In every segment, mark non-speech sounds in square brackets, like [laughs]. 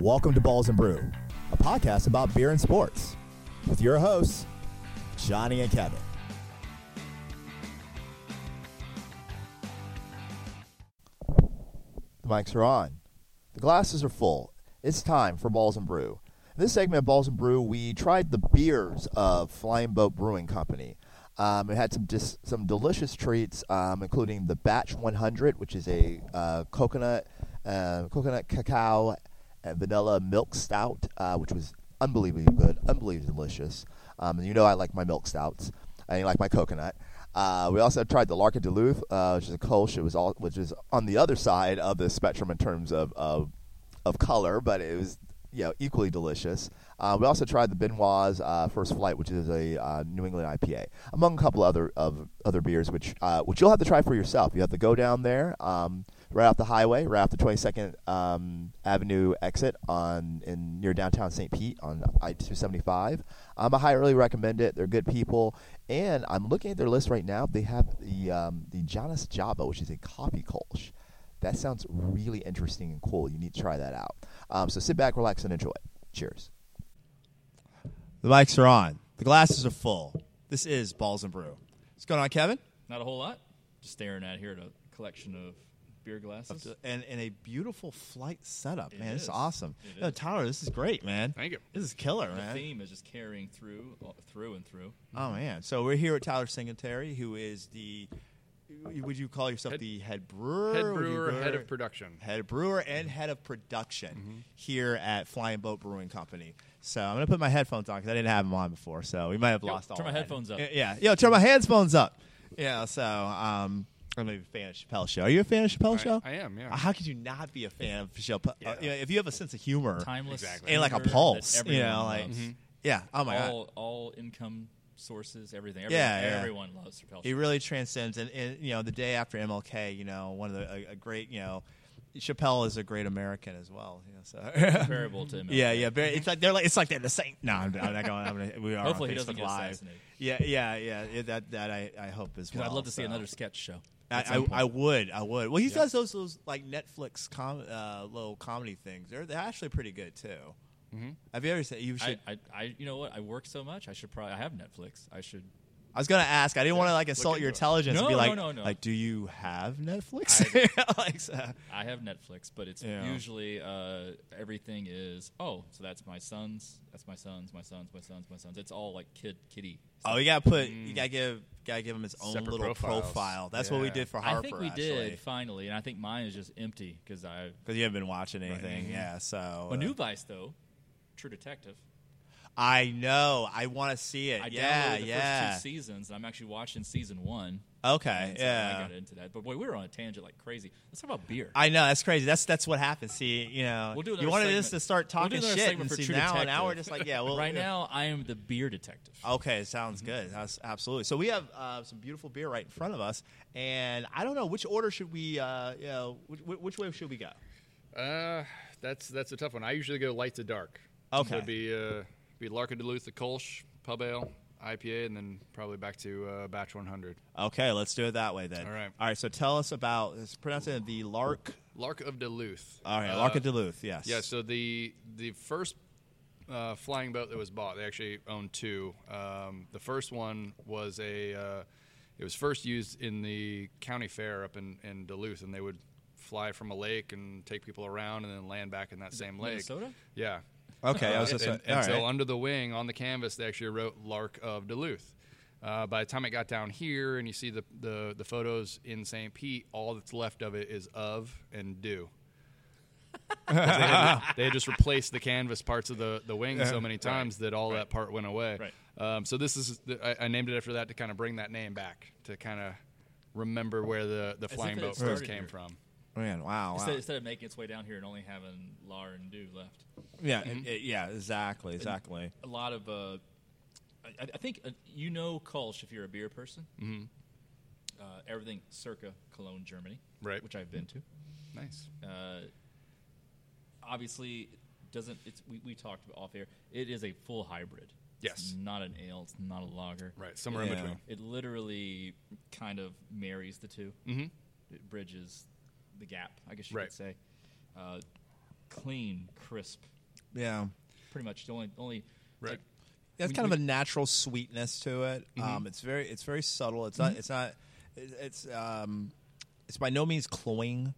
Welcome to Balls and Brew, a podcast about beer and sports with your hosts, Johnny and Kevin. The mics are on. The glasses are full. It's time for Balls and Brew. In this segment of Balls and Brew, we tried the beers of Flying Boat Brewing Company. Um, we had some dis- some delicious treats, um, including the Batch 100, which is a uh, coconut uh, coconut cacao and uh, vanilla milk stout, uh, which was unbelievably good, unbelievably delicious. Um, and you know I like my milk stouts. I like my coconut. Uh, we also tried the Larkin Duluth, uh, which is a Kolsch. It was all, which is on the other side of the spectrum in terms of, of, of color, but it was you know, equally delicious. Uh, we also tried the Benoit's uh, First Flight, which is a uh, New England IPA, among a couple other of other beers, which uh, which you'll have to try for yourself. You have to go down there, um, right off the highway, right off the 22nd um, Avenue exit on in near downtown St. Pete on I-275. Um, I highly recommend it. They're good people, and I'm looking at their list right now. They have the um, the Jonas Java, which is a coffee Kolsch. That sounds really interesting and cool. You need to try that out. Um, so sit back, relax, and enjoy. Cheers. The mics are on. The glasses are full. This is Balls and Brew. What's going on, Kevin? Not a whole lot. Just staring out here at a collection of beer glasses. Uh, And, and a beautiful flight setup, It man. This is. is awesome. It No, is. Tyler, this is great, man. Thank you. This is killer, the man. theme is just carrying through, uh, through and through. Oh man. So we're here with Tyler Singletary, who is the would you call yourself Head- the head brewer? Head Would Oh, you brewer, head brewer- of production. head brewer and head of production here at Flying Boat Brewing Company. So I'm gonna put my headphones on because I didn't have them on before, so we might have Yo, lost all. turn my that. headphones up. Y- Yeah, yo, turn my headphones up. Yeah, so um, I'm a fan of Chappelle's show. Are you a fan of Chappelle's I- show? I am, yeah. Uh, How could you not be a fan of Chappelle? Yeah. Uh, you know, if you have a sense of humor Timeless. Exactly. and like a humor that pulse, you everyone know, like loves. yeah. Oh my god, all, all income sources, everything. Everyone, Yeah, yeah. everyone loves Chappelle. [laughs] It really transcends, and, and you know, the day after MLK, you know, one of the a, a great, you know, Chappelle is a great American as well. You know, [laughs] so Comparable to him. yeah, yeah, very, it's like they're like it's like they're the same. No, I'm, I'm not going. I'm gonna, we are Hopefully on he Facebook doesn't get Live. assassinated. Yeah, yeah, yeah, yeah. That that I, I hope as Because well. I'd love to see so. another sketch show. at I, some I, I point. would, I would. Well, he Yeah. does those those like Netflix com, uh, little comedy things. They're they're actually pretty good too. Have you ever said you should? Mm-hmm. I, I, I, you know what? I work so much. I should probably. I have Netflix. I should. I was gonna ask. I didn't want to like insult into your it. intelligence and No, be no, like, no, no. like, do you have [laughs] Netflix? like, so- I have Netflix, but it's Yeah. usually uh, everything is oh, so that's my son's, that's my son's, my son's, my son's, my son's. It's all like kid, kitty. oh, you gotta put, Mm. you gotta give, gotta give him his own Separate little profiles. profile. That's what we Yeah. did for Harper. I think we actually, did finally, and I think mine is just empty because I. because you haven't been watching anything. Yeah, so A uh, new Vice though, True Detective. I know. I want to see it. I yeah, downloaded the yeah. first two seasons, and I'm actually watching season one. okay, And so yeah. I got into that, but boy, we were on a tangent like crazy. Let's talk about beer. I know that's crazy. That's that's what happens. See, you know, We'll do you another wanted us segment. to start We'll do talking another shit, segment and for see True now and Detective. now we're just like, yeah, well, right yeah. now, I am the beer detective. Okay, sounds good. That's absolutely. So we have uh, some beautiful beer right in front of us, and I don't know which order should we, uh, you know, which, which way should we go? Uh-huh. Uh, that's that's a tough one. I usually go light to dark. Okay. So it'd be uh, be Larkin Duluth, the Kolsch, Pub Ale, IPA, and then probably back to uh, Batch 100. Okay, let's do it that way then. All right. All right. So tell us about it's pronounced it the Lark. Lark of Duluth. All right, Uh, Lark of Duluth. Yes. Yeah. So the the first uh, flying boat that was bought, they actually owned two. Um, the first one was a uh, it was first used in the county fair up in, in Duluth, and they would fly from a lake and take people around and then land back in that same lake. Minnesota? Yeah. Okay. I Uh, was just. and, all and so right. under the wing on the canvas, they actually wrote Lark of Duluth. Uh, by the time it got down here, and you see the the, the photos in St. Pete, all that's left of it is of and [laughs] do. 'Cause they, had, they had just replaced the canvas parts of the, the wing so many times that all that part went away. Right. Um, so this is the, I, I named it after that to kind of bring that name back to kind of remember where the, the flying if it boat started first came here. from. Man, wow. wow. Instead, instead of making its way down here and only having Lar and Dew left, yeah. Mm-hmm. it- yeah. Exactly. Exactly. a lot of. Uh, I, I think uh, you know Kolsch if you're a beer person. Mm-hmm. Uh, everything circa Cologne, Germany, Right. Which I've been to. Nice. uh, obviously it doesn't it's we, we talked about off air it is a full hybrid it's Yes. not an ale it's not a lager Right. Somewhere Yeah. in between. it literally kind of marries the 2 mm-hmm. it bridges the gap i guess you Right. could say uh, clean, crisp. Yeah. Pretty much the only only Right. like, It's We- kind of we- a natural sweetness to it. Mm-hmm. Um, it's very it's very subtle. It's not it's not it- it's um, it's by no means cloying.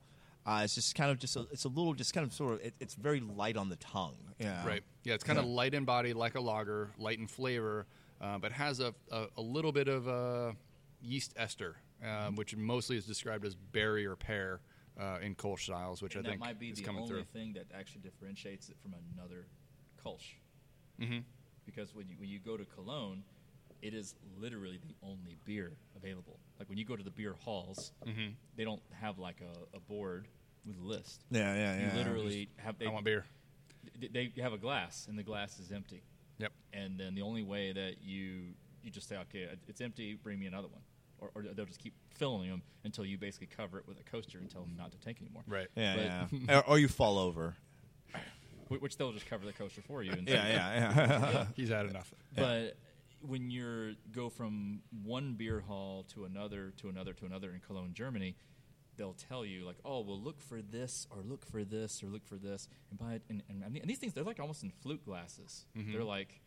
Uh, it's just kind of just a, it's a little just kind of sort of it, it's very light on the tongue. Yeah. Right. Yeah, it's kind of light in body, like a lager, light in flavor, uh, but has a, a, a little bit of a yeast ester, um, which mostly is described as berry or pear uh, in Kolsch styles, which and that I think might be is the coming only through. thing that actually differentiates it from another Kolsch. Mm-hmm. Because when you, when you go to Cologne, it is literally the only beer available. Like when you go to the beer halls, Mm-hmm. they don't have like a, a board with a list. Yeah. Yeah. You yeah. literally have they, I want beer. they they have a glass and the glass is empty. Yep. And then the only way that you you just say okay, it's empty, bring me another one. Or, or they'll just keep filling them until you basically cover it with a coaster and tell them not to take anymore. Right. Yeah. But- [laughs] yeah. or, or you fall over. [laughs] Wh- which they'll just cover the coaster for you. And Yeah. Yeah. Yeah. He's had enough. But when you're go from one beer hall to another to another to another in Cologne, Germany, they'll tell you like, oh, well, look for this or look for this or look for this, and buy it. And, and, and these things they're like almost in flute glasses. They're like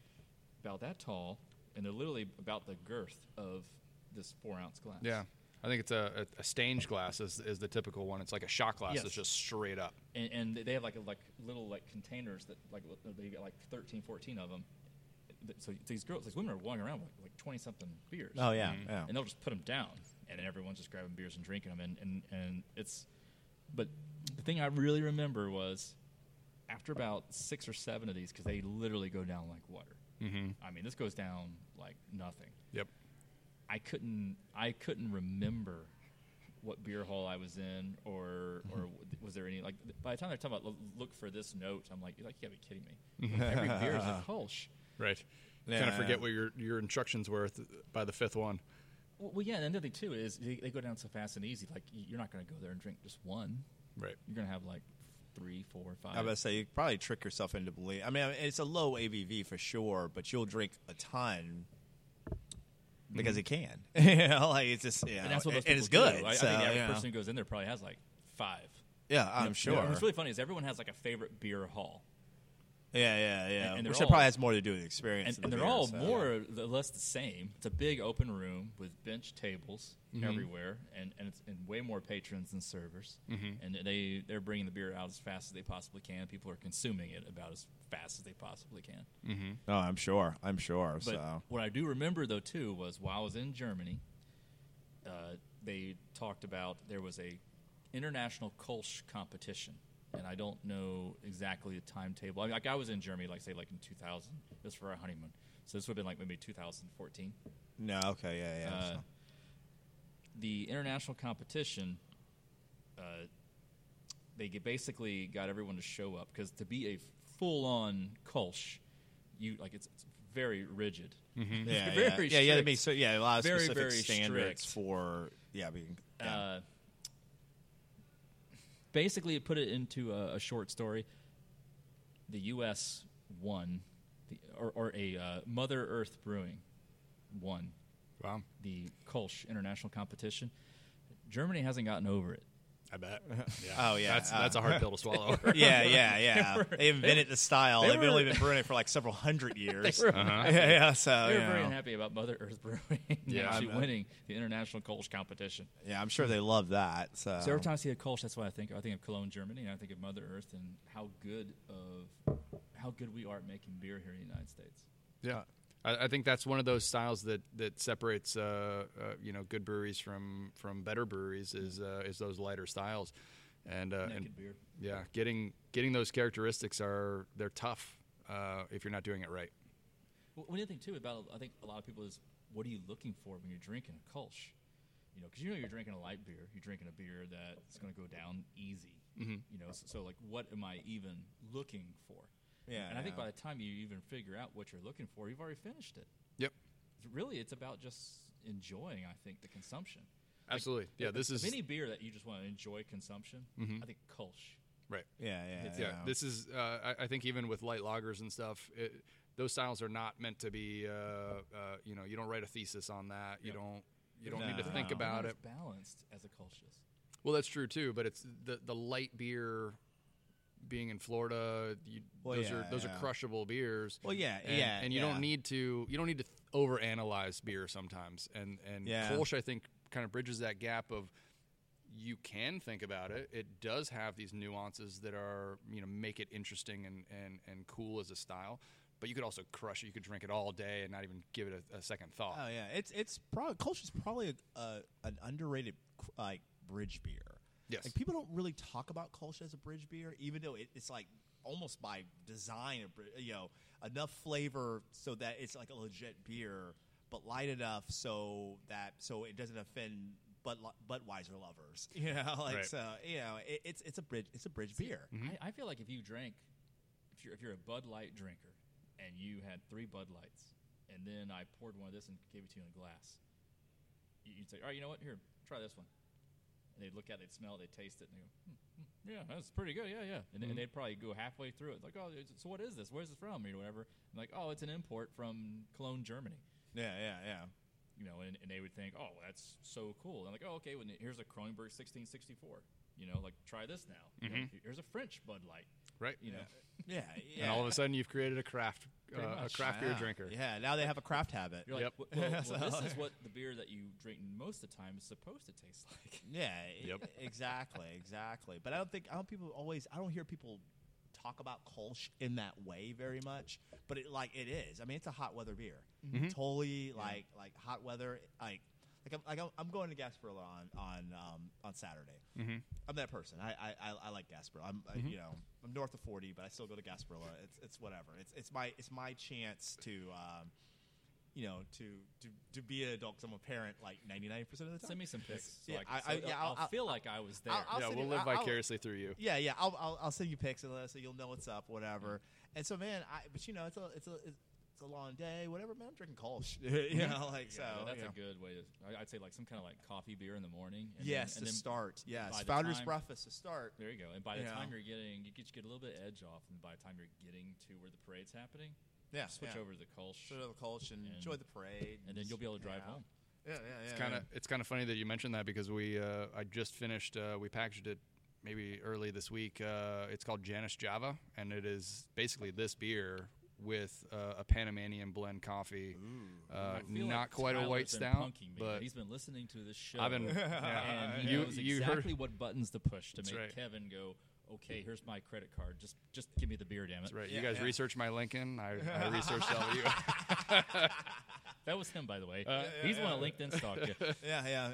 about that tall, and they're literally about the girth of this four ounce glass. Yeah. I think it's a, a, a stained glass is, is the typical one. It's like a shot glass. Yes. It's just straight up. and, and they have like a, like little like containers that like li- they got like 13 14 of them so these girls these women are walking around with like 20 something beers [laughs] Oh yeah. Mm-hmm. Yeah. and they'll just put them down and then everyone's just grabbing beers and drinking them and, and, and it's but the thing i really remember was after about six or seven of these because they literally go down like water mm-hmm. i mean this goes down like nothing Yep. I couldn't I couldn't remember what beer hall I was in or or w- was there any like by the time they're talking about "Look- look for this note I'm like you're like you gotta be kidding me every beer is "Oh, a Kolsch. Right. Yeah, kind of yeah. forget what your, your instructions were th- by the fifth one. Well, well, yeah, and another thing too is they, they go down so fast and easy. Like y- you're not going to go there and drink just one. Right. You're going to have like three, four, five. I was about to say you probably trick yourself into believing. I mean, I mean, it's a low ABV for sure, but you'll drink a ton because it can. [laughs] you know, like it's just yeah, Mm-hmm. and that's what those people and it's good. do. I, so, I think the average yeah. person who goes in there probably has like five. yeah, I'm You know, sure. what's really funny is everyone has like a favorite beer hall. yeah, yeah, yeah. and they're Which all- probably has more to do with the experience. and, than and the they're beer, all so. more or less the same. It's a big open room with bench tables everywhere, and and, it's, and way more patrons than servers. And they they're bringing the beer out as fast as they possibly can. People are consuming it about as fast as they possibly can. No, Oh, I'm sure. I'm sure. But so what I do remember though too was while I was in Germany, uh, they talked about there was a international Kolsch competition, and I don't know exactly the timetable. I mean, like I was in Germany, like say like in 2000. This was for our honeymoon, so this would have been like maybe 2014. no, okay, yeah, yeah. Uh, [laughs] so. the international competition, uh, they get basically got everyone to show up because to be a full-on Kolsch, you like it's, it's very rigid. Mm-hmm. yeah, it's yeah, very yeah, yeah. strict. Be, so, yeah, a lot of Very, specific very standards strict. for yeah. Being, yeah. Uh, basically, it put it into a, a short story. The U.S. won, the, or, or a uh, Mother Earth Brewing won Wow. the Kolsch international competition. Germany hasn't gotten over it. I bet. Oh, yeah, That's, uh, that's a hard pill to swallow. [laughs] yeah, yeah, yeah. They invented the style. They Uh, they have only were- been brewing it for like [laughs] several hundred years. were yeah, yeah, so They you were very know. unhappy about Mother Earth Brewing [laughs] Yeah, actually I bet. winning the international Kolsch competition. yeah, I'm sure they love that. So, So every time I see a Kolsch, that's what I think. of. I think of Cologne, Germany, and I think of Mother Earth and how good of how good we are at making beer here in the United States. Yeah, I, I think that's one of those styles that that separates uh, uh, you know good breweries from from better breweries is uh, is those lighter styles, and uh, Naked and beer. yeah, getting getting those characteristics are they're tough uh, if you're not doing it right. Well, one other thing too about I think a lot of people is what are you looking for when you're drinking a Kolsch? You know, because you know you're drinking a light beer. You're drinking a beer that's going to go down easy. Mm-hmm. You know, so, so like, what am I even looking for? Yeah, and I think yeah. by the time you even figure out what you're looking for, you've already finished it. Yep, Really, it's about just enjoying. I think the consumption. absolutely. Yeah, this is Mm-hmm. If any beer that you just want to enjoy consumption, I think Kolsch. right. yeah, yeah, Yeah, this is. Uh, I, I think even with light lagers and stuff. It, those styles are not meant to be, uh, uh, you know, you don't write a thesis on that. You don't, you don't need to No. think No. Not about it. as balanced as a Kolsch is. Well, that's true too, but it's the the light beer being in Florida, you, Well, those yeah, are those yeah. are crushable beers. Well, yeah, and, yeah, and you yeah. don't need to you don't need to th- overanalyze beer sometimes. And and Yeah. Kolsch, I think, kind of bridges that gap of you can think about it. It does have these nuances that are you know make it interesting and and and cool as a style. But you could also crush it. You could drink it all day and not even give it a, a second thought. Oh yeah, it's it's probably culture's probably a, a, an underrated like bridge beer. Yes. like people don't really talk about culture as a bridge beer, even though it, it's like almost by design, a bri- you know, enough flavor so that it's like a legit beer, but light enough so that so it doesn't offend. But Budweiser lovers, [laughs] you know, like Right. Mm. so, you know, it, it's it's a bridge, it's a bridge beer. I, I feel like if you drank, if you're if you're a Bud Light drinker, and you had three Bud Lights, and then I poured one of this and gave it to you in a glass, you- you'd say, "All right, you know what? Here, try this one." And they'd look at it, they'd smell it, they'd taste it, and they go, hmm, hmm, "Yeah, that's pretty good. Yeah, yeah." And, and they'd probably go halfway through it, like, "Oh, it's- so what is this? Where's it from?" Or whatever. And like, "Oh, it's an import from Cologne, Germany." Yeah, yeah, yeah. you know, and, and they would think, oh, that's so cool. And I'm like, oh, okay, well, here's a Kronenberg 1664. You know, like try this now. You know, here's a French Bud Light. Right. You know, Yeah, yeah. And all of a sudden, you've created a craft uh, Pretty a much. craft beer Yeah. drinker. Yeah, now they have a craft habit. you're like, Yep. well, [laughs] well, well, this is what the beer that you drink most of the time is supposed to taste [laughs] like. [laughs] Yeah. Yep. e- Exactly. Exactly. But I don't think I don't people always I don't hear people talk about Kolsch in that way very much. But it like it is. I mean, it's a hot weather beer. Totally like like hot weather like. Like I'm, like I'm- I'm going to Gasparilla on on um, on Saturday. I'm that person. I I, I, I like Gasparilla. I'm uh you know I'm north of 40, but I still go to Gasparilla. It's it's whatever. It's it's my it's my chance to um, you know to, to to be an adult. 'cause I'm a parent like 99 percent of the time. Send me some pics. So Yeah, I, can- I- I- so yeah, I'll, I'll- I'll- feel like I was there. I'll- I'll yeah, send we'll you- live I'll- I'll- vicariously through you. Yeah, yeah. I'll, I'll, I'll send you pics and let- so you'll know what's up, whatever. And so, man, I but you know, it's a it's a it's a long day, whatever. Man, I'm drinking Kolsch. [laughs] you know, like so. Mm-hmm. Yeah, that's you a know. good way to. I- I'd say like some kind of like coffee beer in the morning. And yes then, and to then start. Yes, by the founders time- breakfast to start. There you go. And by the Yeah. time you're getting, you get, you get a little bit of edge off, and by the time you're getting to where the parade's happening, Yeah, switch yeah. over to the Kolsch, Show the Kolsch and, And- enjoy the parade, and then you'll be able to drive Yeah. home. Yeah, yeah, yeah. It's kind of it's kind of funny that you mentioned that because we uh, I just finished uh, we packaged it maybe early this week. Uh, it's called Janus Java, and it is basically this beer with uh, a Panamanian blend coffee. Uh, I feel not like quite a Tyler's white been stout, punking me, but he's been listening to this show. [laughs] I've been- yeah, [laughs] and he you- knows you heard- exactly what buttons to push to That's make right. Kevin go. Okay, here's my credit card. Just, just give me the beer, damn it. that's right. Yeah, you guys yeah. researched my Lincoln. I, I researched all of you. That was him, by the way. he's the one that LinkedIn stalked [laughs] you. yeah, yeah, yeah,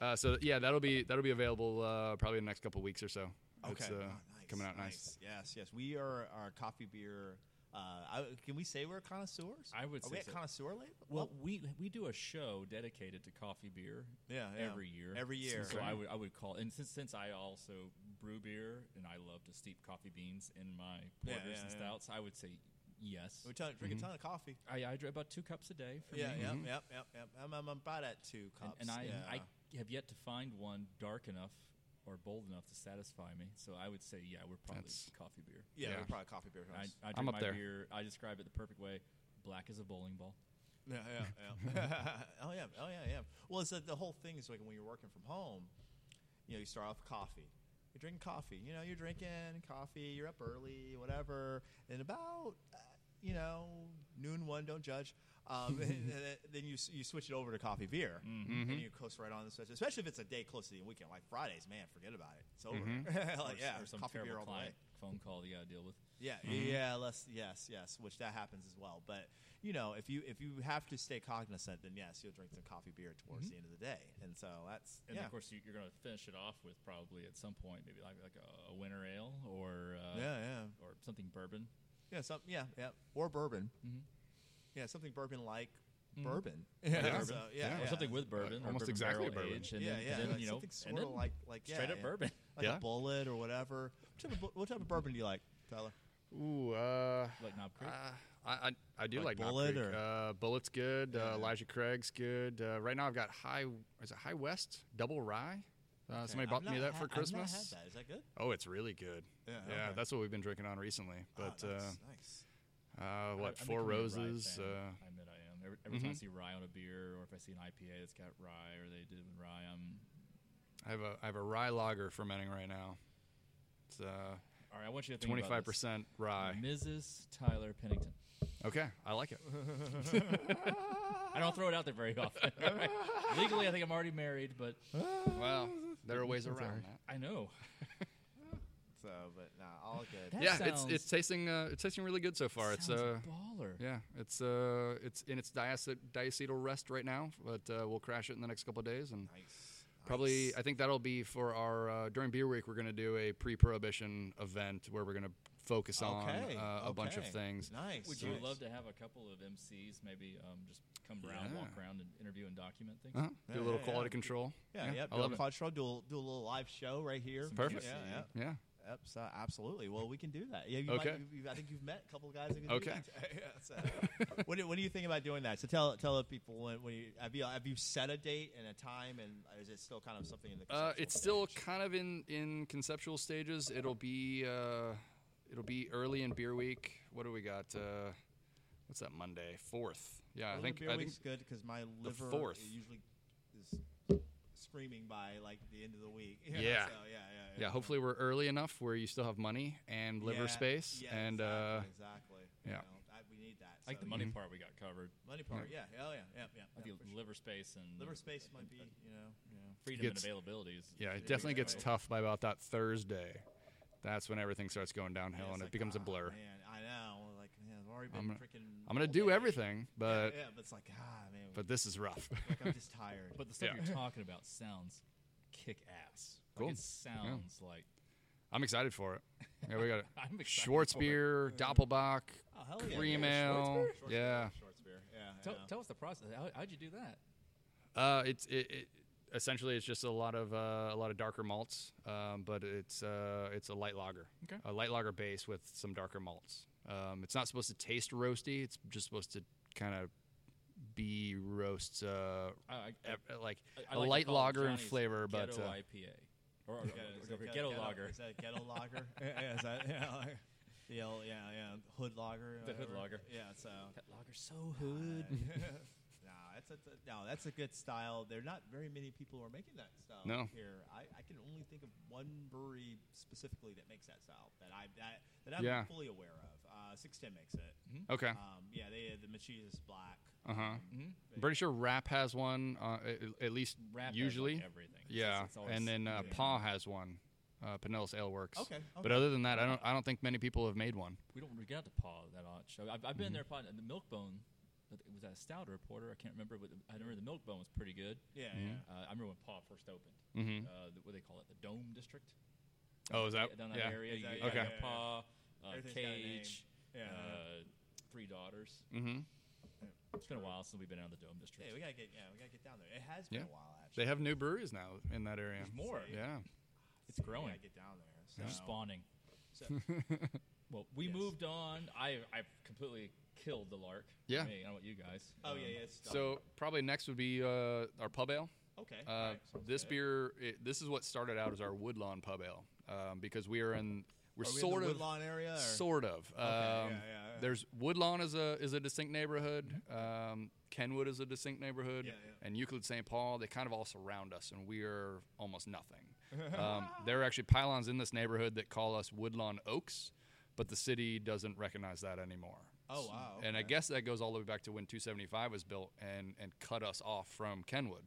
yeah. Uh, so yeah, that'll be that'll be available uh, probably in the next couple weeks or so. It's, uh, Oh, coming out Yes, yes. We are our coffee beer. Uh, I, can we say we're connoisseurs? I would Are say we at so. connoisseur label. Well, we we do a show dedicated to coffee beer. Yeah, yeah. every year. Every year. So Okay. I would I would call and since since I also brew beer and I love to steep coffee beans in my Yeah, porters yeah, and yeah. stouts, I would say yes. we ton, drink Mm-hmm. a ton of coffee. I I drink about two cups a day. For Yeah, me. yep, yep, yep, yep. I'm, I'm about at two And, cups. and I yeah. I have yet to find one dark enough or bold enough to satisfy me. So I would say yeah, we're probably That's- coffee beer. yeah, yeah. we're probably coffee beer. I, hosts. I drink I'm up my there. beer. I describe it the perfect way. Black as a bowling [laughs] ball. yeah, yeah, [laughs] [laughs] yeah. oh yeah, oh yeah, yeah. Well, it's like the whole thing is like when you're working from home, you know, you start off with coffee. You're drinking coffee. You know, you're drinking coffee. You're up early, whatever. And about uh, you know noon one, don't judge. Um, [laughs] and then- then you s- you switch it over to coffee beer, Mm-hmm. and you coast right on the switch. Especially if it's a day close to the weekend, like Fridays. Man, forget about it. It's over. [laughs] like, Mm-hmm. Or s- yeah, or some coffee terrible beer all the way. client phone call that you got to deal with. Yeah, yeah, less, yes, yes, which that happens as well. But you know, if you if you have to stay cognizant, then yes, you'll drink some coffee beer towards the end of the day, and so that's And yeah. of course, you, you're going to finish it off with probably at some point, maybe like like a, a winter ale or uh, yeah, yeah, or something bourbon. yeah, some, yeah, yeah, or bourbon, yeah, something bourbon like bourbon, Yeah. So, Yeah. yeah, Or something with bourbon, or almost bourbon exactly barrel bourbon. aged, and yeah, then, yeah, and then, like you know, something and sort then of like like yeah, straight up yeah. bourbon. [laughs] like Yeah. a bullet or whatever. What type, of, bu- what type of bourbon do you like, Tyler? Ooh, uh, Like Knob Creek. Uh, I, I I do Like like, Knob Bullet Creek. or- Uh, Bullet's good. Uh, Elijah Craig's good. Uh, right now I've got High is it High West Double Rye? Uh, Somebody I've bought me not that ha- for Christmas. I've not had that. Is that good? Oh, it's really good. Yeah, okay. that's what we've been drinking on recently. But oh, nice, uh, nice. uh, I- what I'm becoming Four a rye Roses? fan. Uh, Mm-hmm. I admit I am. Every, every time I see rye on a beer, or if I see an IPA that's got rye, or they did with rye, I'm. I have a I have a rye lager fermenting right now. It's uh, All right, I want you to think about this. Twenty-five percent rye. Mrs. Tyler Pennington. Mm-hmm. Okay, I like it. I don't throw it out there very often. [laughs] all right? Legally, I think I'm already married, but Well, there are ways around that. I know. So, but nah, all good. That Yeah, sounds- it's it's tasting uh, it's tasting really good so far. It's sounds uh, baller. yeah, it's uh, it's in its diace- diacetyl rest right now, but uh, we'll crash it in the next couple of days and. Nice. Probably, I think that'll be for our uh, during beer week. We're going to do a pre-prohibition event where we're going to focus on Okay, uh, a bunch of okay. things. Nice. Would you nice. love to have a couple of MCs maybe um, just come around, Yeah. walk around, and interview and document things? Uh-huh. Yeah, do a little yeah, quality yeah. control. Yeah, yep. I do a love it. pod show, do a, do a little live show right here. Perfect. Yeah, yep. Yeah. Yep, so absolutely. Well, we can do that. Yeah, you Okay. Might, you, you, I think you've met a couple of guys. That can Okay. Do that. [laughs] Yeah, so. what, do, what do you think about doing that? So tell tell the people when, when you have you have you set a date and a time, and is it still kind of something in the? Uh, conceptual it's still stage? kind of in in conceptual stages. It'll be uh, it'll be early in beer week. What do we got? Uh, what's that Monday? Fourth. Yeah, Well, I the think beer I think week's good because my liver fourth. usually is screaming by like the end of the week. [laughs] you know, Yeah. so, yeah, yeah, yeah. yeah. Hopefully we're early enough where you still have money and liver Yeah, space yeah, and exactly, uh, exactly. yeah. You know, I, we need that. I think so, the Mm-hmm. money part we got covered. yeah. money part. Yeah, yeah, oh, yeah, yeah, yeah. I yeah, think for sure. liver space and Liver space might be, you know, you know. freedom Gets- and availability. Is yeah, is it definitely big, gets right? tough by about that Thursday. That's when everything starts going downhill Yeah, and it it's like, becomes a ah, blur. Man, I know. Like, man, I've already been I'm gonna- freaking. I'm gonna all do day. everything, Yeah, but yeah, but it's like, ah, man. but this is rough. like, I'm just tired. [laughs] But the stuff Yeah. [laughs] you're talking about sounds kick ass. Cool. Like it sounds like [laughs] [laughs] I'm excited for it. Yeah, [laughs] we got it. I'm excited Schwartz for it. beer, Doppelbach, oh, hell yeah. cream yeah, ale. Schwartz beer, Yeah. Schwartz beer. Yeah. I Tell, know. tell us the process. How, how'd you do that? Uh, it's it, it essentially it's just a lot of uh, a lot of darker malts, um, but it's uh, it's a light lager. Okay. A light lager base with some darker malts. Um, it's not supposed to taste roasty. It's just supposed to kind of be roast uh, I, I, ev- like I- I a like to light call it lager in Johnny's flavor, but ghetto uh, IPA or, or, or, Yeah, is or- that or get- ghetto lager. Is that ghetto [laughs] lager? yeah, yeah, is that yeah, like, the old, yeah, yeah, hood lager. The hood whatever. lager. Yeah, so That lager's so hood. [laughs] [laughs] no, that's a, that's a- no, that's a good style. There are not very many people who are making that style No. here. I, I can only think of one brewery specifically that makes that style that I that, that I'm Yeah. Ah. fully aware of. Uh, Six Ten makes it. okay. Uh-huh. Um, yeah, they had the Machis is black. Uh huh. Um, I'm pretty sure Rap has one, uh, at, at least Rap has, like, usually. everything. It's Yeah, just- it's always- and then uh, yeah. Paw has one. Uh, Pinellas Ale Works. Okay, But okay. other than that, I don't. I don't think many people have made one. We don't we got to paw that much. I've, I've been Mm-hmm. there. Paw, the Milkbone but it was that a stout or a porter. I can't remember. But I remember the Milkbone was pretty good. Yeah, Mm-hmm. Uh, I remember when Paw first opened. Uh, the, what do they call it? The Dome District. Oh, is that? down that yeah. area. You, Is that- you got Okay. Paw, uh, Everything's got a name. Cage, Yeah. uh, Three Daughters. Mm-hmm. It's been a while since we've been out of the Dome yeah. District. Hey, we gotta get yeah, we gotta get down there. It has been Yeah. a while actually. They have new breweries now in that area. There's more. Yeah. it's growing. We gotta get down there. So. They're spawning. So, Well, we Yes. moved on. I I completely killed the lark. Yeah. Me, I don't know about you guys. oh Um, yeah, yeah. It's [laughs] done. So probably next would be uh, our pub ale. okay. Uh, alright, sounds this good. beer, it, this is what started out as our Woodlawn Pub Ale, um, because we are in we're Are we in the sort of Woodlawn area. or- Sort of. Um, yeah, yeah, yeah. There's Woodlawn is a is a distinct neighborhood. Um, Kenwood is a distinct neighborhood, Yeah, yeah. and Euclid St. Paul. They kind of all surround us, and we are almost [laughs] nothing. Um, there are actually pylons in this neighborhood that call us Woodlawn Oaks, but the city doesn't recognize that anymore. Oh, wow, And I okay. guess that goes all the way back to when 275 was built and and cut us off from Kenwood.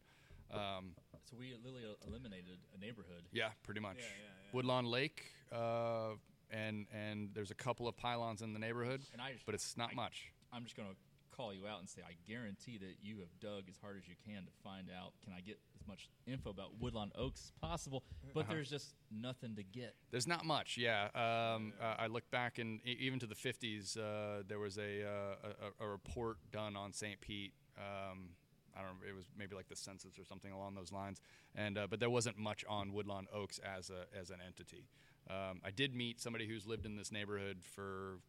Um, So we literally el- eliminated a neighborhood. yeah, pretty much. Yeah, yeah, yeah. Woodlawn Lake, uh, and and there's a couple of pylons in the neighborhood, And I just- but it's not I- much. I'm just going to call you out and say I guarantee that you have dug as hard as you can to find out can I get as much info about Woodlawn Oaks as possible, but Uh-huh. there's just nothing to get. There's not much. Yeah, um, uh, I look back and e- even to the 50s, uh, there was a, uh, a a report done on St. Pete. Um, I don't. know, It was maybe like the census or something along those lines, and uh, but there wasn't much on Woodlawn Oaks as a as an entity. Um, I did meet somebody who's lived in this neighborhood for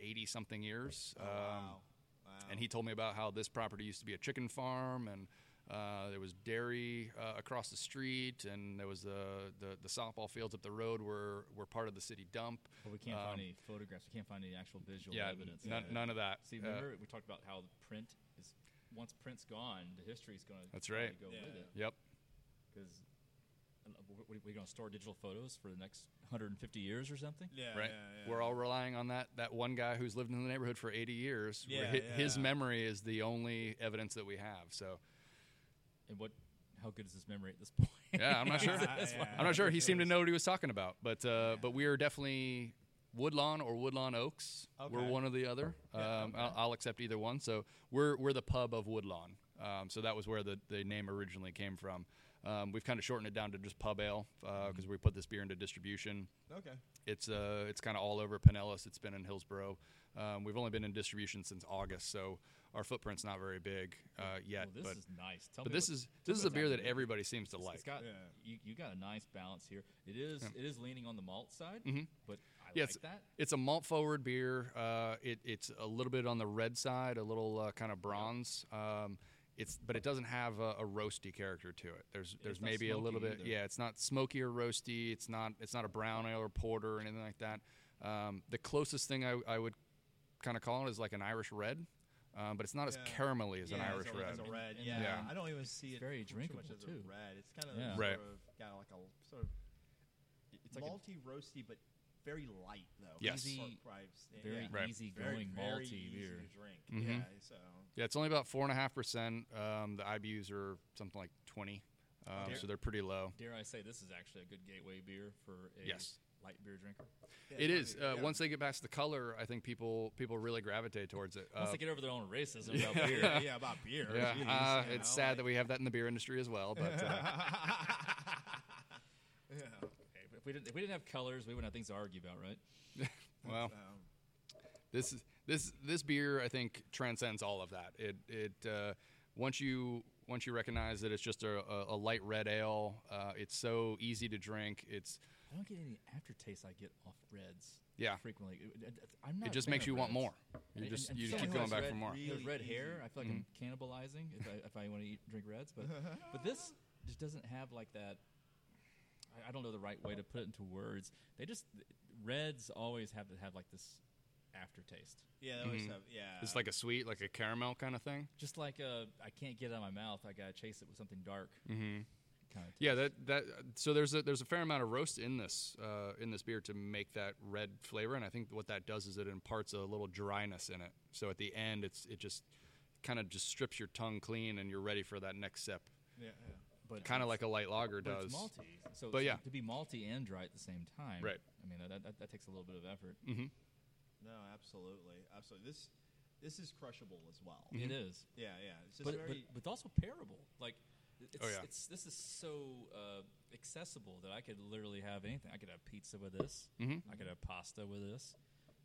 80 something years. Um, wow. Wow. and he told me about how this property used to be a chicken farm and uh, there was dairy uh, across the street and there was the, the, the softball fields up the road were, were part of the city dump But Oh, we can't Um, find any photographs. We can't find any actual visual yeah, evidence. none, none of that See, Uh, remember we talked about how the print is once print's gone, the history's going to That's right. go Yeah. with it yep because We're we going to store digital photos for the next 150 years or something. Yeah, right? yeah, yeah. We're all relying on that that one guy who's lived in the neighborhood for 80 years. where Yeah, hi- yeah. His memory is the only evidence that we have. So, And what? How good is his memory at this point? yeah, I'm not [laughs] sure. That's why- I'm not sure. He seemed to know what he was talking about, but uh, but we are definitely Woodlawn or Woodlawn Oaks. We're Okay. one or the other. um, I'll, I'll accept either one. So we're we're the pub of Woodlawn. Um, so that was where the, the name originally came from. Um, we've kind of shortened it down to just pub ale Mm-hmm. because we put this beer into distribution. Okay. It's uh, it's kind of all over Pinellas. It's been in Hillsboro. Um, we've only been in distribution since August, so our footprint's not very big uh, yet. Well, this but is nice. Tell but me this what- is tell this me is a what's beer that happening. everybody seems to It's- like. It's got Yeah. you, you got a nice balance here. It is it is leaning on the malt side, but I Mm-hmm. yeah, like it's, that. it's a malt forward beer. Uh, it, it's a little bit on the red side, a little uh, kind of bronze. Um, it's but it doesn't have a, a roasty character to it. There's there's it's not maybe a little smoky bit. either. Yeah, it's not smoky or roasty. It's not it's not a brown ale or porter or anything like that. Um, the closest thing I, I would kind of call it is like an Irish red, um, but it's not as Yeah. caramelly as an Yeah, Irish it's a, red. It's a red. And- Yeah. Yeah. uh, I don't even see It's it very too much drinkable, as too. a red. It's kind of Yeah. sort Right. of got like a sort of It's like a malty, roasty, but very light though. Yes. Easy, Easy- vibes. Yeah. Very Right. easy very, going very malty easy beer. to drink. Mhm. Yeah. So Yeah, it's only about four and a half percent. Um, the IBUs are something like twenty, um, Okay. so they're pretty low. Dare I say this is actually a good gateway beer for a Yes. light beer drinker. yeah, it is. probably, Uh, yeah. Once they get past the color, I think people people really gravitate towards it. Once Uh, they get over their own [laughs] racism about beer, [laughs] yeah, yeah, about beer. yeah, Jeez, uh, you it's know, sad like- that we have that in the beer industry as well. But [laughs] uh, [laughs] if we didn't if we didn't have colors, we wouldn't have things to argue about, right? well, Um, this is this this beer I think transcends all of that. It it uh, once you once you recognize that it's just a, a, a light red ale, uh, it's so easy to drink. It's I don't get any aftertaste I get off reds. Yeah. frequently. It- it- it- I'm not. it just a fan makes of you want reds. more. You And- just and you someone keep who going has back red for more. re- You know, Really red easy. hair. I feel like Mm-hmm. I'm cannibalizing if I, if I want to eat, drink reds, but but this just doesn't have like that. I, I don't know the right way to put it into words. They just reds always have to have like this aftertaste. yeah, they always have. Yeah, Mm-hmm. It's like a sweet, like a caramel kind of thing. Just like I I can't get it out of my mouth. I gotta chase it with something dark. Mm-hmm. Kind of. Yeah, that that so there's a there's a fair amount of roast in this uh, in this beer to make that red flavor, and I think what that does is it imparts a little dryness in it. So at the end, it's it just kind of just strips your tongue clean, and you're ready for that next sip, yeah, yeah. but kind of like a light lager but does. it's malty. So, so But yeah. to be malty and dry at the same time. Right. I mean that, that, that takes a little bit of effort. No, absolutely, absolutely. This this is crushable as well. Mm-hmm. It is. Yeah, yeah. It's just but, very. but but it's also parable. Like, it's, Oh, yeah. it's this is so uh, accessible that I could literally have anything. I could have pizza with this. Mm-hmm. I could have pasta with this.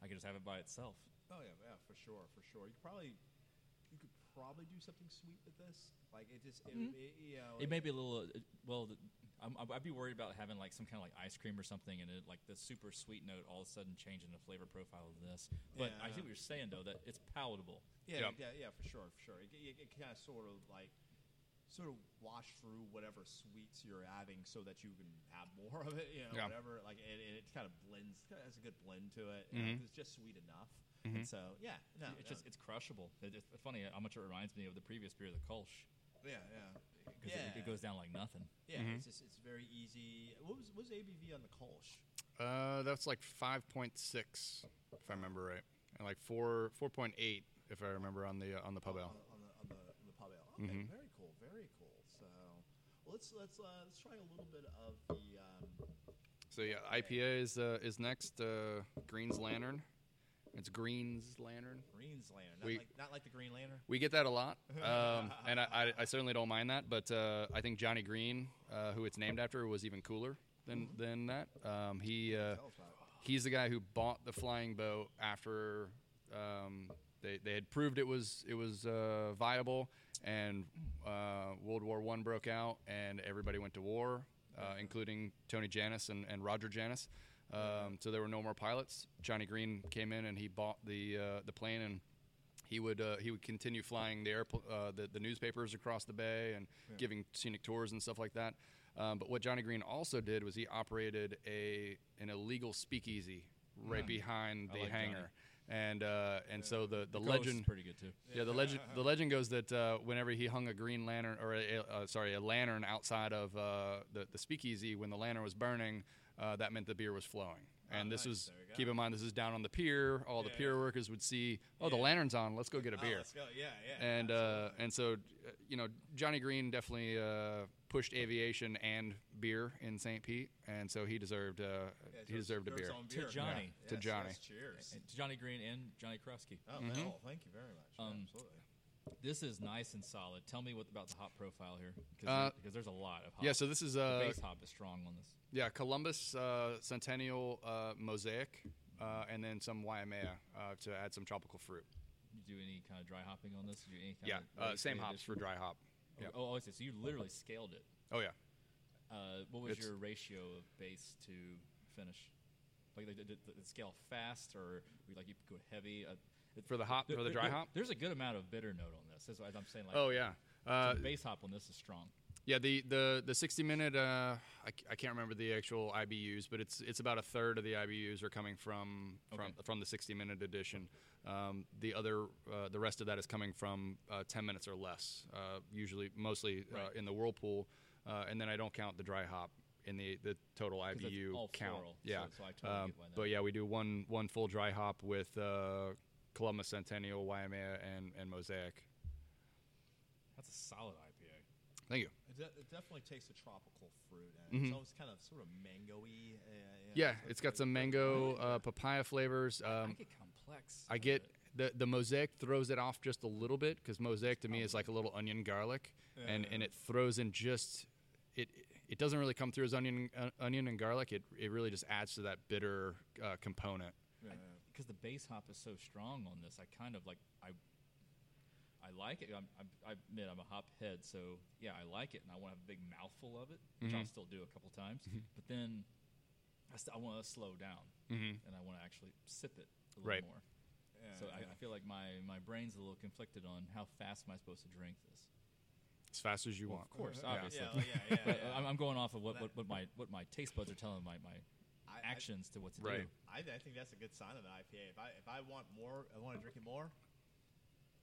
I could just have it by itself. oh yeah, yeah, for sure, for sure. You could probably you could probably do something sweet with this. Like it just it, would be you know Mm-hmm. It may be a little. Uh, well, th- I'm, I'm- I'd be worried about having like some kind of like ice cream or something, and it, like the super sweet note all of a sudden changing the flavor profile of this. But I Yeah. see what you're saying though. That it's palatable. yeah, Yeah. yeah, yeah, for sure, for sure. It, it, it kind of sort of like sort of wash through whatever sweets you're having so that you can have more of it. You know, Yeah. whatever. Like and, and it kind of blends. It has a good blend to it. you know, 'cause it's just sweet enough. And so yeah, no, Mm-hmm. it's no. just it's crushable. It, it's funny how much it reminds me of the previous beer, the Kolsch, yeah, yeah, because it, it goes Mm-hmm. down like nothing. Yeah, it's just it's very easy. What was what was ABV on the Kolsch? Uh, that's like five point six, if I remember right, and like four four point eight, if I remember on the uh, on the pub ale. Mm-hmm. On, on the on the, on the pub ale. Okay, very cool, very cool. So, well, let's let's uh, let's try a little bit of the. Um, So yeah, IPA is uh, is next. Uh, Green's Lantern. It's Green's Lantern. Green's Lantern, not We- like not like the Green Lantern. We get that a lot, Uh-huh. [laughs] um, and I, I, I certainly don't mind that. But uh, I think Johnny Green, uh, who it's named after, was even cooler than than that. Um, he uh, Tell us about it. he's the guy who bought the flying boat after um, they, they had proved it was it was uh, viable, and uh, World War One broke out, and everybody went to war, uh, including Tony Janis and, and Roger Janis. Um, so there were no more pilots. Johnny Green came in and he bought the uh, the plane and he would uh, he would continue flying the, airpl- uh, the the newspapers across the bay and giving scenic tours and stuff like that. Um, but what Johnny Green also did was he operated a an illegal speakeasy right behind the Hmm. like hangar, Johnny. and uh, and so the the, Ghost legend pretty good too. yeah, [laughs] the legend the legend goes that uh, whenever he hung a green lantern or a, a- uh, sorry a lantern outside of uh, the the speakeasy when the lantern was burning, uh, that meant the beer was flowing. And this Ah, nice. was There we go. keep in mind this is down on the pier. All the pier workers would see, oh the lantern's on, let's go get a Oh, beer. Oh, Yeah, yeah. And uh, and so uh, you know Johnny Green definitely uh, pushed aviation and beer in St. Pete, and so he deserved uh, he deserved a beer. To Johnny. To Johnny. Mm-hmm. cheers. And to Johnny Green and Johnny Krusky. Oh, well, thank you very much. Um, Absolutely. This is nice and solid. Tell me what about the hop profile here, because Uh, because there's a lot of hop. Yeah, so this is the uh, base hop is strong on this. Yeah, Columbus uh, Centennial uh, Mosaic, uh, and then some Waimea uh, to add some tropical fruit. You do any kind of dry hopping on this? Do you do any kind Yeah, of uh, late same grade hops for addition? dry hop. Yeah. Oh, oh, I see. So you literally scaled it. Oh yeah, Uh, what was It's- your ratio of base to finish? Like, did, did, did it scale fast, or we like you go heavy? Uh, it- For the hop- there- for the there- dry there- hop? There's a good amount of bitter note on this. That's what I'm saying. Like, oh yeah, uh, the base hop on this is strong. yeah. The the the sixty minute. Uh, I, c- I can't remember the actual IBUs, but it's it's about a third of the IBUs are coming from from, Okay. from the sixty minute edition. Um, the other uh, the rest of that is coming from uh, ten minutes or less. Uh, usually, mostly uh, Right. in the whirlpool, uh, and then I don't count the dry hop. In the, the total IBU that's all count, floral, so- yeah. so I totally Um, get why that- But yeah, we do one one full dry hop with uh, Columbus Centennial, Waimea, and and Mosaic. That's a solid IPA. Thank you. It, de- it definitely takes the tropical fruit, and it's always kind of sort of mangoey. Uh, Mm-hmm. Yeah, so it's got like- some mango, uh, papaya flavors. I Um, get complex. uh, I out of get it. the the mosaic throws it off just a little bit because mosaic to me is like a little onion garlic, and and it throws in just it it doesn't really come through as onion uh, onion and garlic. It it really just adds to that bitter uh, component. because the bass hop is so strong on this. I kind of like I. I like it. I'm, I'm, I admit I'm a hop head, so yeah, I like it, and I want to have a big mouthful of it, which Mm-hmm. I'll still do a couple times. But then I, st- I want to slow down, and I want to actually sip it a little Mm-hmm. Right. more. so I, I feel like my, my brain's a little conflicted on how fast am I supposed to drink this. As fast as you want. Of course, Yeah. obviously. Yeah, well, yeah, yeah, [laughs] But yeah. I'm, I'm going off of what, what, what my what my taste buds are telling my, my I- I- actions to what to Right. do. I, I think that's a good sign of an IPA. If I if I want more, I want to drink it more.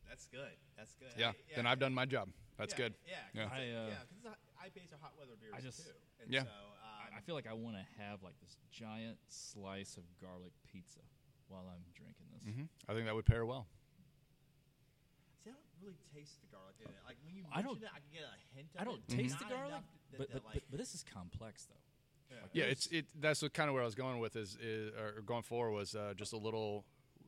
That's good. That's good. Yeah, I- then I've done my job. That's yeah, good. Yeah, Yeah. I, I, uh, yeah, because IPAs are hot weather beers I just- too. And Yeah. So, um, I feel like I want to have like this giant slice of garlic pizza while I'm drinking this. I think that would pair well. See, I don't really taste the garlic in it. Like when you I don't- mention it, I can get a hint. Of I don't it, taste the not garlic, enough that- but, that, but, like, but, but this is complex though. Like, Yeah, there's- it's it. That's what kind of where I was going with is, is or going for was uh, just a little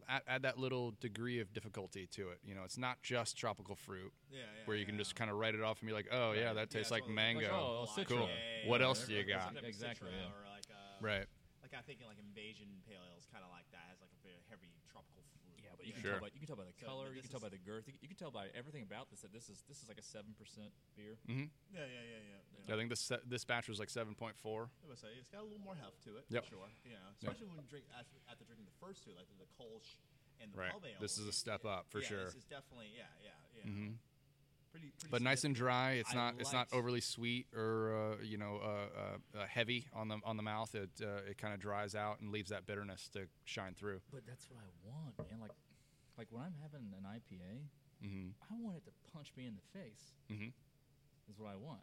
add, add that little degree of difficulty to it. You know, it's not just tropical fruit. Yeah, yeah, Where you can yeah. just kind of write it off and be like, oh yeah, that tastes it's like one of those- mango. Like, oh, Like, citra. cool. yeah, what yeah, else yeah, do you yeah. got? Like a Exactly, citra yeah. Or like a, Right. Like I'm thinking like invasion pale ales, kind of like that, has like a very heavy tropical fruit. yeah, but you can Sure. tell by you can tell by the So, color, but you can this tell is- by the girth, you, can- you can tell by everything about this that this is this is like a seven percent beer. yeah, yeah, yeah, yeah. I think this se- this batch was like seven point four. I would say it's got a little more heft to it. Yep. For sure. You know, especially when you drink after, after drinking the first two, like the Kolsch and the Right. pub ale. This is a it- step it- up, for yeah, sure. Mm-hmm. This is definitely yeah, yeah, yeah. Pretty, pretty. But nice and dry. significant. It's I not. It's not liked- overly sweet or uh, you know uh, uh, uh, heavy on the on the mouth. It uh, it kind of dries out and leaves that bitterness to shine through. But that's what I want, man. Like like when I'm having an IPA, I want it to punch me in the face. Mhm. Is what I want.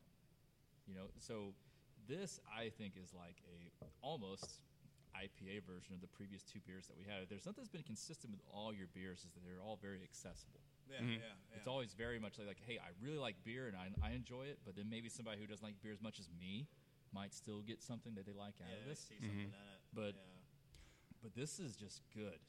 You know, so this I think is like a almost IPA version of the previous two beers that we had. There's something that's been consistent with all your beers is that they're all very accessible. Yeah, Mm-hmm. yeah, yeah. It's always very much like, like, hey, I really like beer and I, I enjoy it, but then maybe somebody who doesn't like beer as much as me might still get something that they like yeah, out of I this. see something Mm-hmm. in it. But- yeah. But this is just good.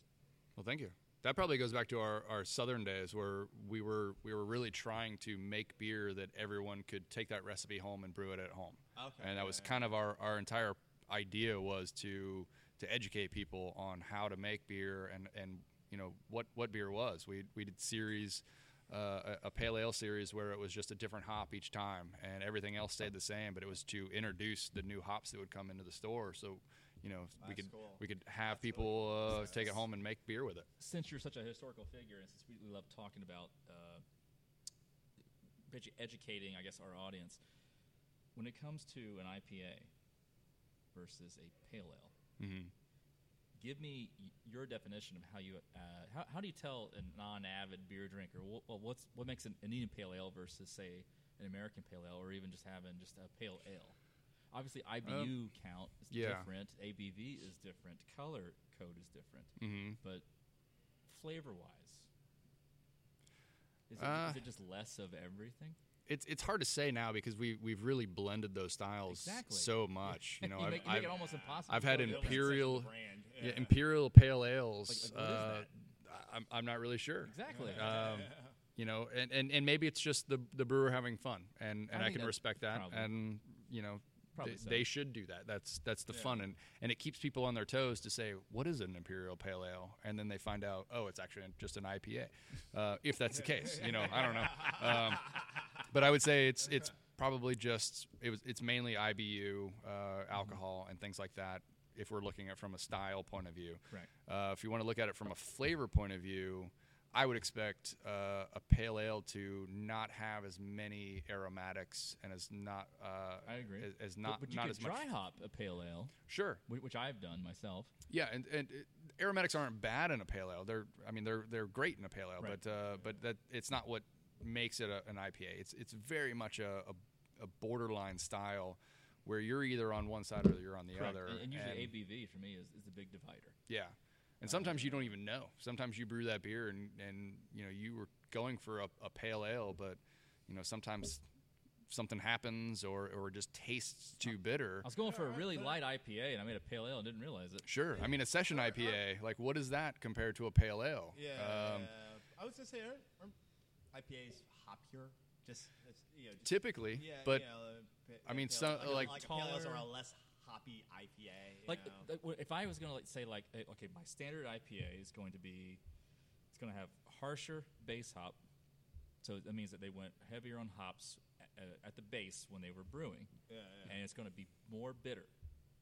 Well, thank you. That probably goes back to our, our southern days where we were we were really trying to make beer that everyone could take that recipe home and brew it at home. Okay, And yeah, that was yeah. kind of our, our entire idea was to to educate people on how to make beer and, and you know what, what beer was. We we did series uh, a, a pale ale series where it was just a different hop each time and everything else stayed the same, but it was to introduce the new hops that would come into the store. So, you know, we That's could cool. we could have people uh, take it home and make beer with it. Since you're such a historical figure and since we, we love talking about uh, edu- educating, I guess, our audience, when it comes to an IPA versus a pale ale, give me y- your definition of how you uh, how, how do you tell a non-avid beer drinker wh- well, what's what makes an, an Indian pale ale versus say an American pale ale or even just having just a pale ale? Obviously, IBU count is yeah. different, ABV is different, color code is different, but flavor wise, is, it- Uh, is it just less of everything? It's it's hard to say now because we we've really blended those styles Exactly. so much. You know, I've, make, [laughs] you make I've, it almost impossible. I've to had tell the difference. imperial, [laughs] brand, yeah, yeah. imperial pale ales. Like- like, what is uh, I- I'm I'm not really sure. Exactly. Um, you know, and, and, and maybe it's just the the brewer having fun, and, and I, think can that's respect that, probably- and you know, Probably they, so. they should do that. That's that's the fun, and and it keeps people on their toes to say what is an imperial pale ale, and then they find out oh it's actually just an IPA, uh, if that's the case. You know, I don't know, um, but I would say it's it's probably just it was it's mainly IBU, uh, alcohol, Mm-hmm. and things like that. If we're looking at it from a style point of view, Right. uh, if you want to look at it from a flavor point of view, I would expect uh, a pale ale to not have as many aromatics and as not. Uh, I agree. As, as But- not but, you not could as dry much. hop a pale ale, Sure. whi- which I've done myself. Yeah, and, and it, aromatics aren't bad in a pale ale. They're I mean they're they're great in a pale ale, Right. but uh, but that it's not what makes it a, an IPA. It's it's very much a, a, a borderline style where you're either on one side or you're on the Correct. other. And, and usually and- ABV for me is, is the big divider. Yeah. And sometimes you don't even know. Sometimes you brew that beer and, and you know, you were going for a, a pale ale, but you know, sometimes something happens or, or it just tastes too bitter. I was going for a really light IPA and I made a pale ale and didn't realize it. Sure. I mean, a session IPA, like what is that compared to a pale ale? Yeah, Um, I was gonna say aren't, aren't IPAs hoppier? Just it's, you know, just, typally, yeah, but you know, uh, pa- I mean, pale- some- a- like like a pale ales taller- are a less hoppy IPA. you Like, know. th- th- if I was going to like, say like, eh, okay, my standard IPA is going to be, it's going to have harsher base hop, so that means that they went heavier on hops at, at the base when they were brewing, Yeah, yeah. and it's going to be more bitter,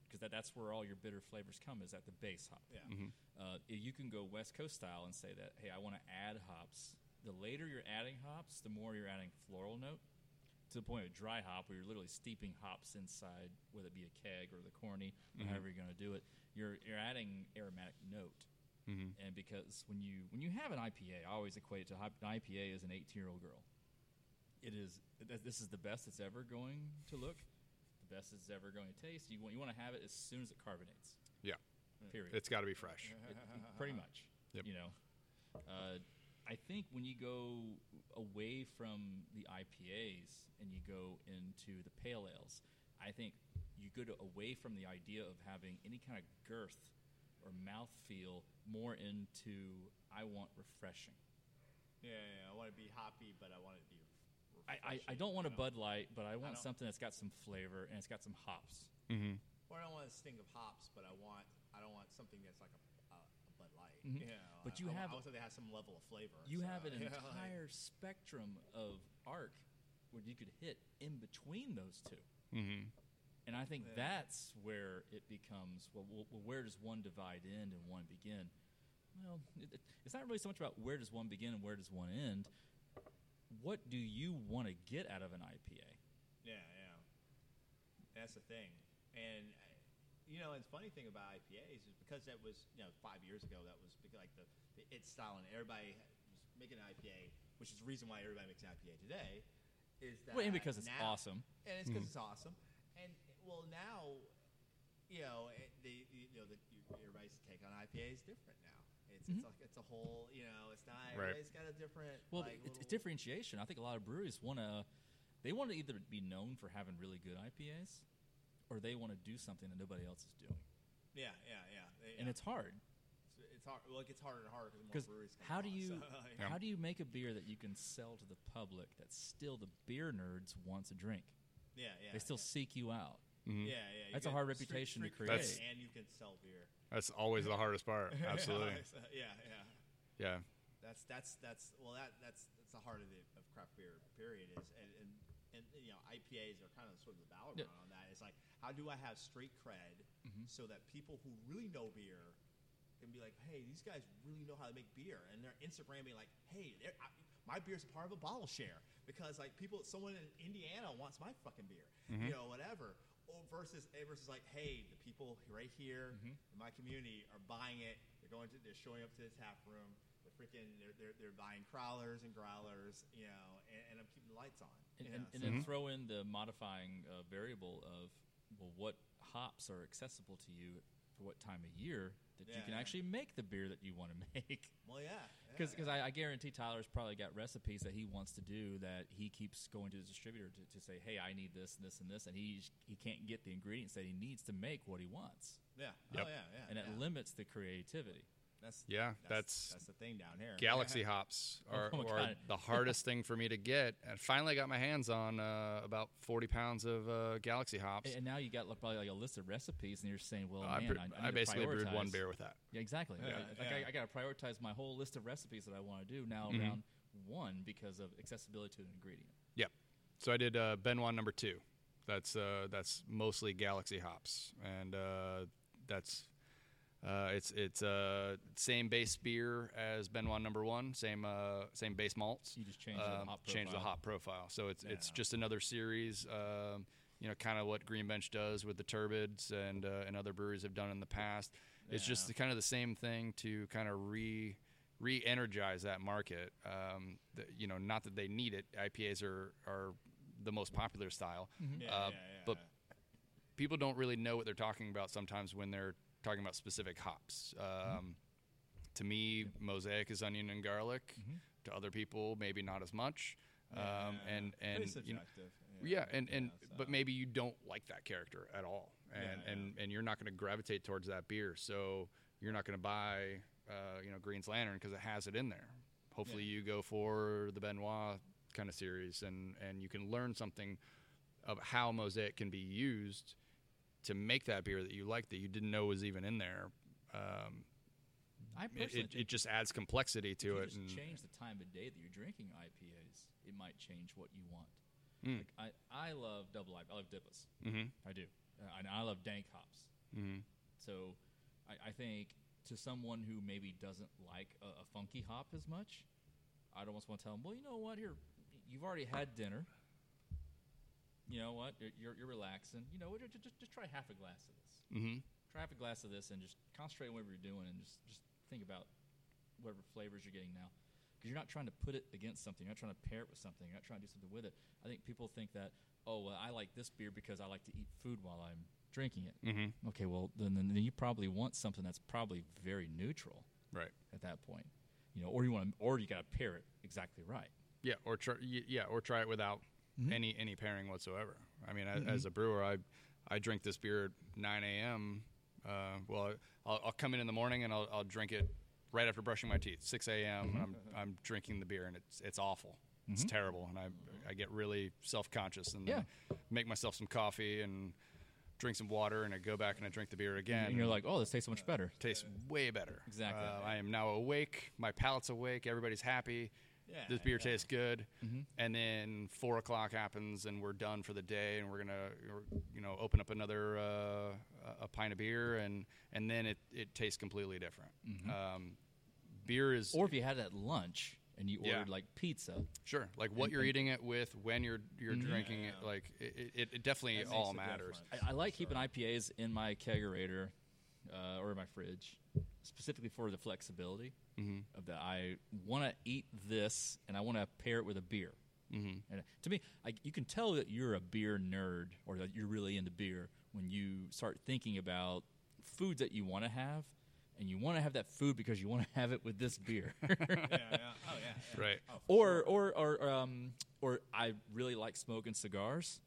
because that, that's where all your bitter flavors come is at the base hop. yeah. Mm-hmm. uh, i- you can go West Coast style and say that, hey, I want to add hops. The later you're adding hops, the more you're adding floral note to the point of dry hop, where you're literally steeping hops inside, whether it be a keg or the corny, or Mm-hmm. however you're going to do it. You're you're adding aromatic note, Mm-hmm. and because when you when you have an IPA, I always equate it to hop, an IPA as an 18 year old girl. It is th- this is the best it's ever going to look, the best it's ever going to taste. You want you want to have it as soon as it carbonates. yeah, Period it's got to be fresh. pretty much. Yep. You know, uh, I think when you go away from the IPAs and you go into the pale ales, I think you go to, away from the idea of having any kind of girth or mouthfeel more into I want refreshing. yeah, yeah, I want to be hoppy, but I want it to be. I, I, I refreshing, don't want a you know? Bud Light, but I want don't- something that's got some flavor and it's got some hops. Mm-hmm, Or I don't want a sting of hops, but I want I don't want something that's like a, a, a Bud Light. You know, Mm-hmm. But I- you I, wa- have- I also they have some level of flavor. You so, have an [laughs] you know, like- entire spectrum of arc where you could hit in between those 2 Mm-hmm. And I think that's where it becomes well, well, well, where does one divide end and one begin? Well, it, it- it's not really so much about where does one begin and where does one end. What do you want to get out of an IPA? Yeah, yeah. That's the thing. And uh, you know, and the funny thing about IPAs is because that was you know five years ago. That was beca- like the, the it style, and everybody ha- was making an IPA, which is the reason why everybody makes an IPA today. Is that Well, and because it's now- awesome. and it's because Mm. it's awesome. And well, now you know it, the the- you know the, you, everybody's take on IPA is different now. It's, it's like it's a whole you know it's not Right. everybody's got a different Mm-hmm. Well, like, it's, it's little- differentiation. I think a lot of breweries want to, they want to either be known for having really good IPAs, or they want to do something that nobody else is doing, yeah yeah yeah, yeah. and it's hard. It's- It's hard. Well, it gets harder and harder Because because more breweries. come how do along, you so, [laughs] like- how do you make a beer that you can sell to the public that still the beer nerds want to drink? yeah, yeah. they still yeah. seek you out. mm-hmm. Yeah, yeah. you That's a get hard street- reputation to street create. That's- and you can sell beer. That's always the hardest [laughs] part. Absolutely. [laughs] So, yeah, yeah. yeah. That's that's that's well that that's that's the heart of the of craft beer. Period is and and, and you know IPAs are kind of sort of the battleground Yeah. on that. It's like how do I have street cred so that people who really know beer can be like, hey, these guys really know how to make beer, and they're Instagram being like, hey, they're- I, my beer's a part of a bottle share because like people, someone in Indiana wants my fucking beer, you know, whatever. oh, versus eh, versus like, hey, the people right here in my community are buying it. They're going to they're showing up to the tap room. They're freaking they're they're, they're buying crowlers and growlers, you know, and, and I'm keeping the lights on. you know, And, and, and so- Mm-hmm. then throw in the modifying uh, variable of, well, what hops are accessible to you for what time of year that you Yeah, can yeah. actually make the beer that you want to [laughs] make. well, yeah, Because yeah. I, I guarantee Tyler's probably got recipes that he wants to do that he keeps going to the distributor to, to say, hey, I need this, this, and this. And he, he can't get the ingredients that he needs to make what he wants. yeah, Yep. oh yeah, yeah, And it yeah. limits the creativity. that's Yeah, that's that's- that's the thing down [laughs] here. [laughs] Galaxy hops are, Oh my are God. the hardest thing for me to get. And finally, I got my hands on uh, about 40 pounds of uh, Galaxy hops. And, and now you got like, probably like a list of recipes, and you're saying, well, I, man, bre- I, I need to basically brewed one prioritize. beer with that. Yeah, exactly. Yeah, Like, like, yeah. I, I got to prioritize my whole list of recipes that I want to do now Mm-hmm. around one because of accessibility to an ingredient. Yep. So I did uh, Benoit number two. That's uh, that's mostly Galaxy hops, and uh, that's uh, it's it's uh, same base beer as Benoit number one, same uh, same base malts. You just change the Um, hop change the profile. hop profile. So it's it's just another series. Um, you know, kind of what Green Bench does with the turbids and uh, and other breweries have done in the past. It's just the, kind of the same thing to kind of re re-energize that market. Um, th- you know, not that they need it. IPAs are are the most popular style, Yeah, yeah, uh, yeah. but people don't really know what they're talking about sometimes when they're talking about specific hops. Um, To me, mosaic is onion and garlic. To other people, maybe not as much. Um, Yeah. and Pretty and you know, subjective. yeah, and and so- but maybe you don't like that character at all, and Yeah, and and you're not going to gravitate towards that beer, so you're not going to buy, uh, you know, Green's Lantern because it has it in there. Hopefully, you go for the Benoit kind of series, and and you can learn something of how mosaic can be used to make that beer that you like that you didn't know was even in there. Um, I it, personally it, it just adds complexity if to you it. just and- change the time of day that you're drinking IPAs, it might change what you want. Hmm. Like I, I love double IPA. I love dippas. Mm-hmm. I do, uh, and I love dank hops. Mhm. So, I, I think to someone who maybe doesn't like a, a funky hop as much, I'd almost want to tell them, well, you know what? Here, you've already had dinner. You know what? You're, you're, you're relaxing. You know, what, just, just, just try half a glass of this Mhm. try half a glass of this and just concentrate on whatever you're doing and just, just think about whatever flavors you're getting now. Because you're not trying to put it against something. You're not trying to pair it with something. You're not trying to do something with it. I think people think that, oh, well, I like this beer because I like to eat food while I'm drinking it. Mm-hmm. Okay, well, then, then you probably want something that's probably very neutral Right. at that point. You know, or you want to, or you got to pair it exactly right. Yeah, or try, y- yeah, or try it without Mm-hmm. any any pairing whatsoever. I mean, I, as a brewer, I I drink this beer at 9 a.m. Uh, well, I'll, I'll come in in the morning and I'll, I'll drink it right after brushing my teeth, 6 a.m. Mm-hmm. And I'm I'm drinking the beer and it's it's awful. It's terrible, and I I get really self conscious and then I make myself some coffee and drink some water and I go back and I drink the beer again. And you're like, oh, this tastes so much better. tastes way better. Exactly. Uh, I am now awake. My palate's awake. Everybody's happy. Yeah, this beer yeah. Mm-hmm. tastes good. And then four o'clock happens, and we're done for the day, and we're gonna, you know, open up another uh, a pint of beer, and and then it it tastes completely different. Mm-hmm. Um, beer is Or if you had it at lunch and you Yeah. ordered like pizza, sure like what you're eating it with, when you're you're drinking it. Like it, it, it definitely Mm-hmm. That all makes a matters. difference. I, I like keeping IPAs in my kegerator uh, or in my fridge, specifically for the flexibility of that. I want to eat this and I want to pair it with a beer. Mm-hmm. And to me, I, you can tell that you're a beer nerd or that you're really into beer when you start thinking about foods that you want to have, and you want to have that food because you want to [laughs] have it with this beer. yeah, yeah. Oh yeah. yeah. Right. or or or um or I really like smoking cigars,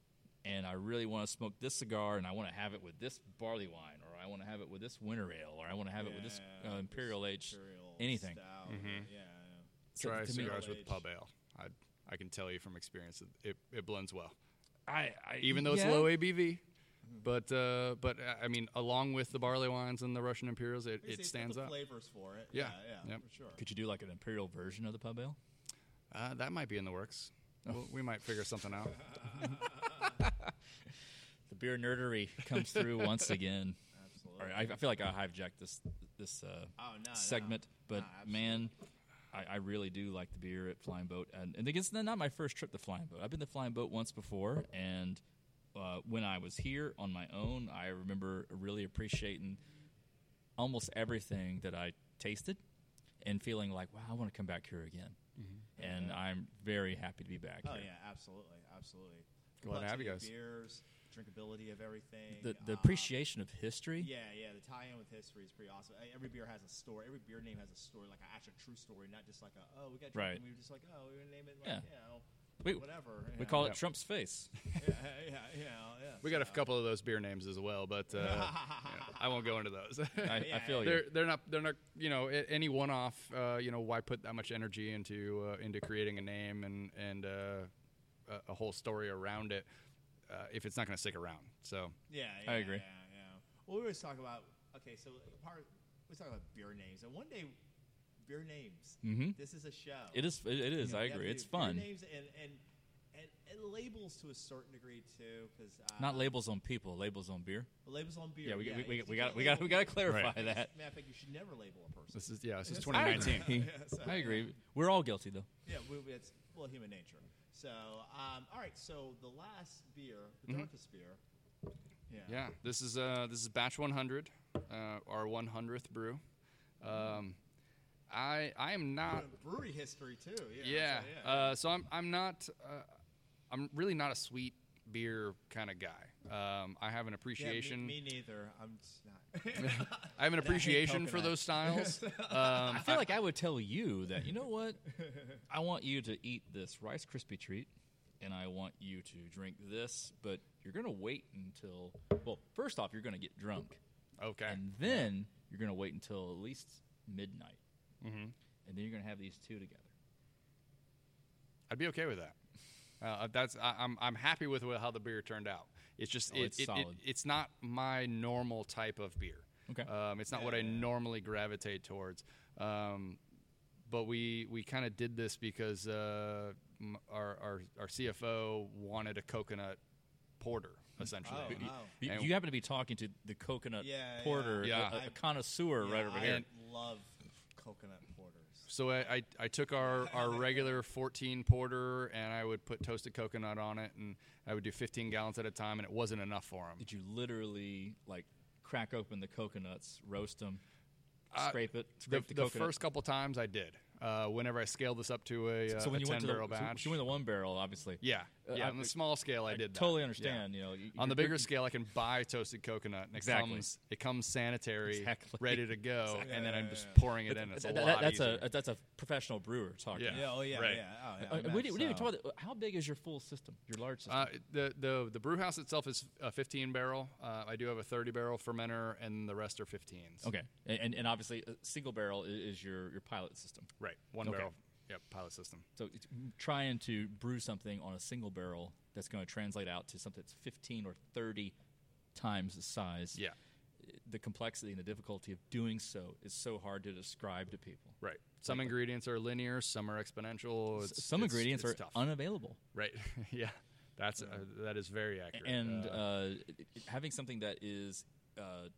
and I really want to smoke this cigar, and I want to have it with this barley wine, or I want to have it with this winter ale, or I want to have it with this Yeah, uh, this imperial age, Imperial anything. stout, Mm-hmm. Yeah. yeah. So Try to me, cigars with Middle-aged. pub ale. I I can tell you from experience, that it it blends well. I, I even though it's yeah. low ABV. But uh, but uh, I mean, along with the barley wines and the Russian Imperials, it, It's- it it's got stands the up. Flavors for it. Yeah, yeah, yep. for sure. Could you do like an imperial version of the pub ale? Uh, that might be in the works. Oh. We'll- we might figure [laughs] something out. The beer nerdery comes through [laughs] once again. Absolutely. All right, I, I feel like I hijacked this this uh, Oh, no, no. segment, but absolutely. man, I, I really do like the beer at Flying Boat, and, and again, it's not my first trip to Flying Boat. I've been to Flying Boat once before, and uh, when I was here on my own, I remember really appreciating almost everything that I tasted and feeling like, wow, I want to come back here again. And I'm very happy to be back Mm-hmm. Oh here. yeah, absolutely, absolutely. Glad to have you Complexity of guys. Beers, drinkability of everything. The, the uh, appreciation of history. Yeah, yeah. The tie-in with history is pretty awesome. Uh, Every beer has a story. Every beer name has a story, like an actual true story, not just like a oh we got drunk Right. and we were just like oh we're gonna name it like, Yeah. you know We- whatever. We call it Yeah. Trump's [laughs] face. yeah, yeah, yeah, yeah. We got a couple of those beer names as well, but [laughs] uh, yeah, I won't go into those. [laughs] I, I feel you. they're they're not they're not you know a- any one off. Uh, you know why put that much energy into uh, into creating a name and and uh, a, a whole story around it uh, if it's not going to stick around. So Yeah, yeah I agree. Yeah, yeah. Well, we always talk about okay, so part we talk about beer names, and one day beer names. Mhm. This is a show. It is. It it is. I Yeah, agree. beer- It's fun. Beer names and and and, and labels to a certain degree too, because uh, Not labels on people. Labels on beer. labels on beer. Yeah, we, we, you we, we can't got we got label- we got to [laughs] clarify Right. that. Matter of fact, you should never label a person. this is yeah this is I 2019. agree. [laughs] I agree. We're all guilty though. Yeah, we, we- it's well human nature. So, um, all right. So the last beer, the Mm-hmm. darkest beer. Yeah. Yeah, this is uh, this is batch 100, uh, our 100th brew. Um, I I am not Brewery history too. Yeah. yeah. so, Uh, so I'm I'm not uh, I'm really not a sweet beer kind of guy. Um, I have an Yeah, me- appreciation. me, neither. I'm just not. [laughs] I have an appreciation for coconut. [laughs] those styles. um, I feel like I would tell you that you know what, I want you to eat this Rice Krispie treat, and I want you to drink this, but you're gonna wait until well, first off, you're gonna get drunk, okay. and then you're gonna wait until at least midnight, mm-hmm. and then you're gonna have these two together. I'd be okay with that. Uh, that's I, I'm I'm happy with wh- how the beer turned out. It's just Oh, it, it's it- it- solid. it's not my normal type of beer. Okay. Um, it's not what I normally gravitate towards. Um, but we we kind of did this because uh, m- our, our our CFO wanted a coconut porter essentially. Oh, wow. You, And- you happen to be talking to the coconut Yeah, yeah. porter, a- Yeah. a, a connoisseur Yeah, [laughs] right over I here. love coconut porters. So I, I, I took our, our regular 14 porter and I would put toasted coconut on it and I would do 15 gallons at a time and it wasn't enough for him. Did you literally like crack open the coconuts, roast them, Uh, scrape it, The, scrape the, the coconut? first couple times I did. Uh, whenever I scaled this up to a, uh, so when a you 10 went to the, barrel so- batch. so you went to the one barrel, obviously. yeah, Uh, yeah. I- on the small scale, I, I did that. totally Yeah. understand. You know, you- On the you're- bigger you're- scale, I can buy toasted coconut. And it Exactly. Comes, it comes sanitary, Exactly. ready to go, and then I'm just pouring it in. It's a That- that- lot that's easier. a that's a professional brewer talking. Yeah. Yeah. Oh yeah. Right. Yeah. Oh, yeah Uh, I we bet didn't- we didn't even so. talk about the- how big is your full system, your large system? Uh, the the the brew house itself is a 15 barrel. Uh, I do have a 30 barrel fermenter, and the rest are 15s. okay, and and- and obviously a single barrel i- is your your pilot system. Right. One Okay. barrel. Yep. Pilot system. So it's mm, trying to brew something on a single barrel that's going to translate out to something that's 15 or 30 times the size. Yeah. The complexity and the difficulty of doing so is so hard to describe to people. Right. Some ingredients are linear. Some are exponential. S- It's, Some it's- ingredients it's are tough. unavailable. right. [laughs] yeah. That's uh, that is very accurate. and Uh, uh, it- it- having something that is uh,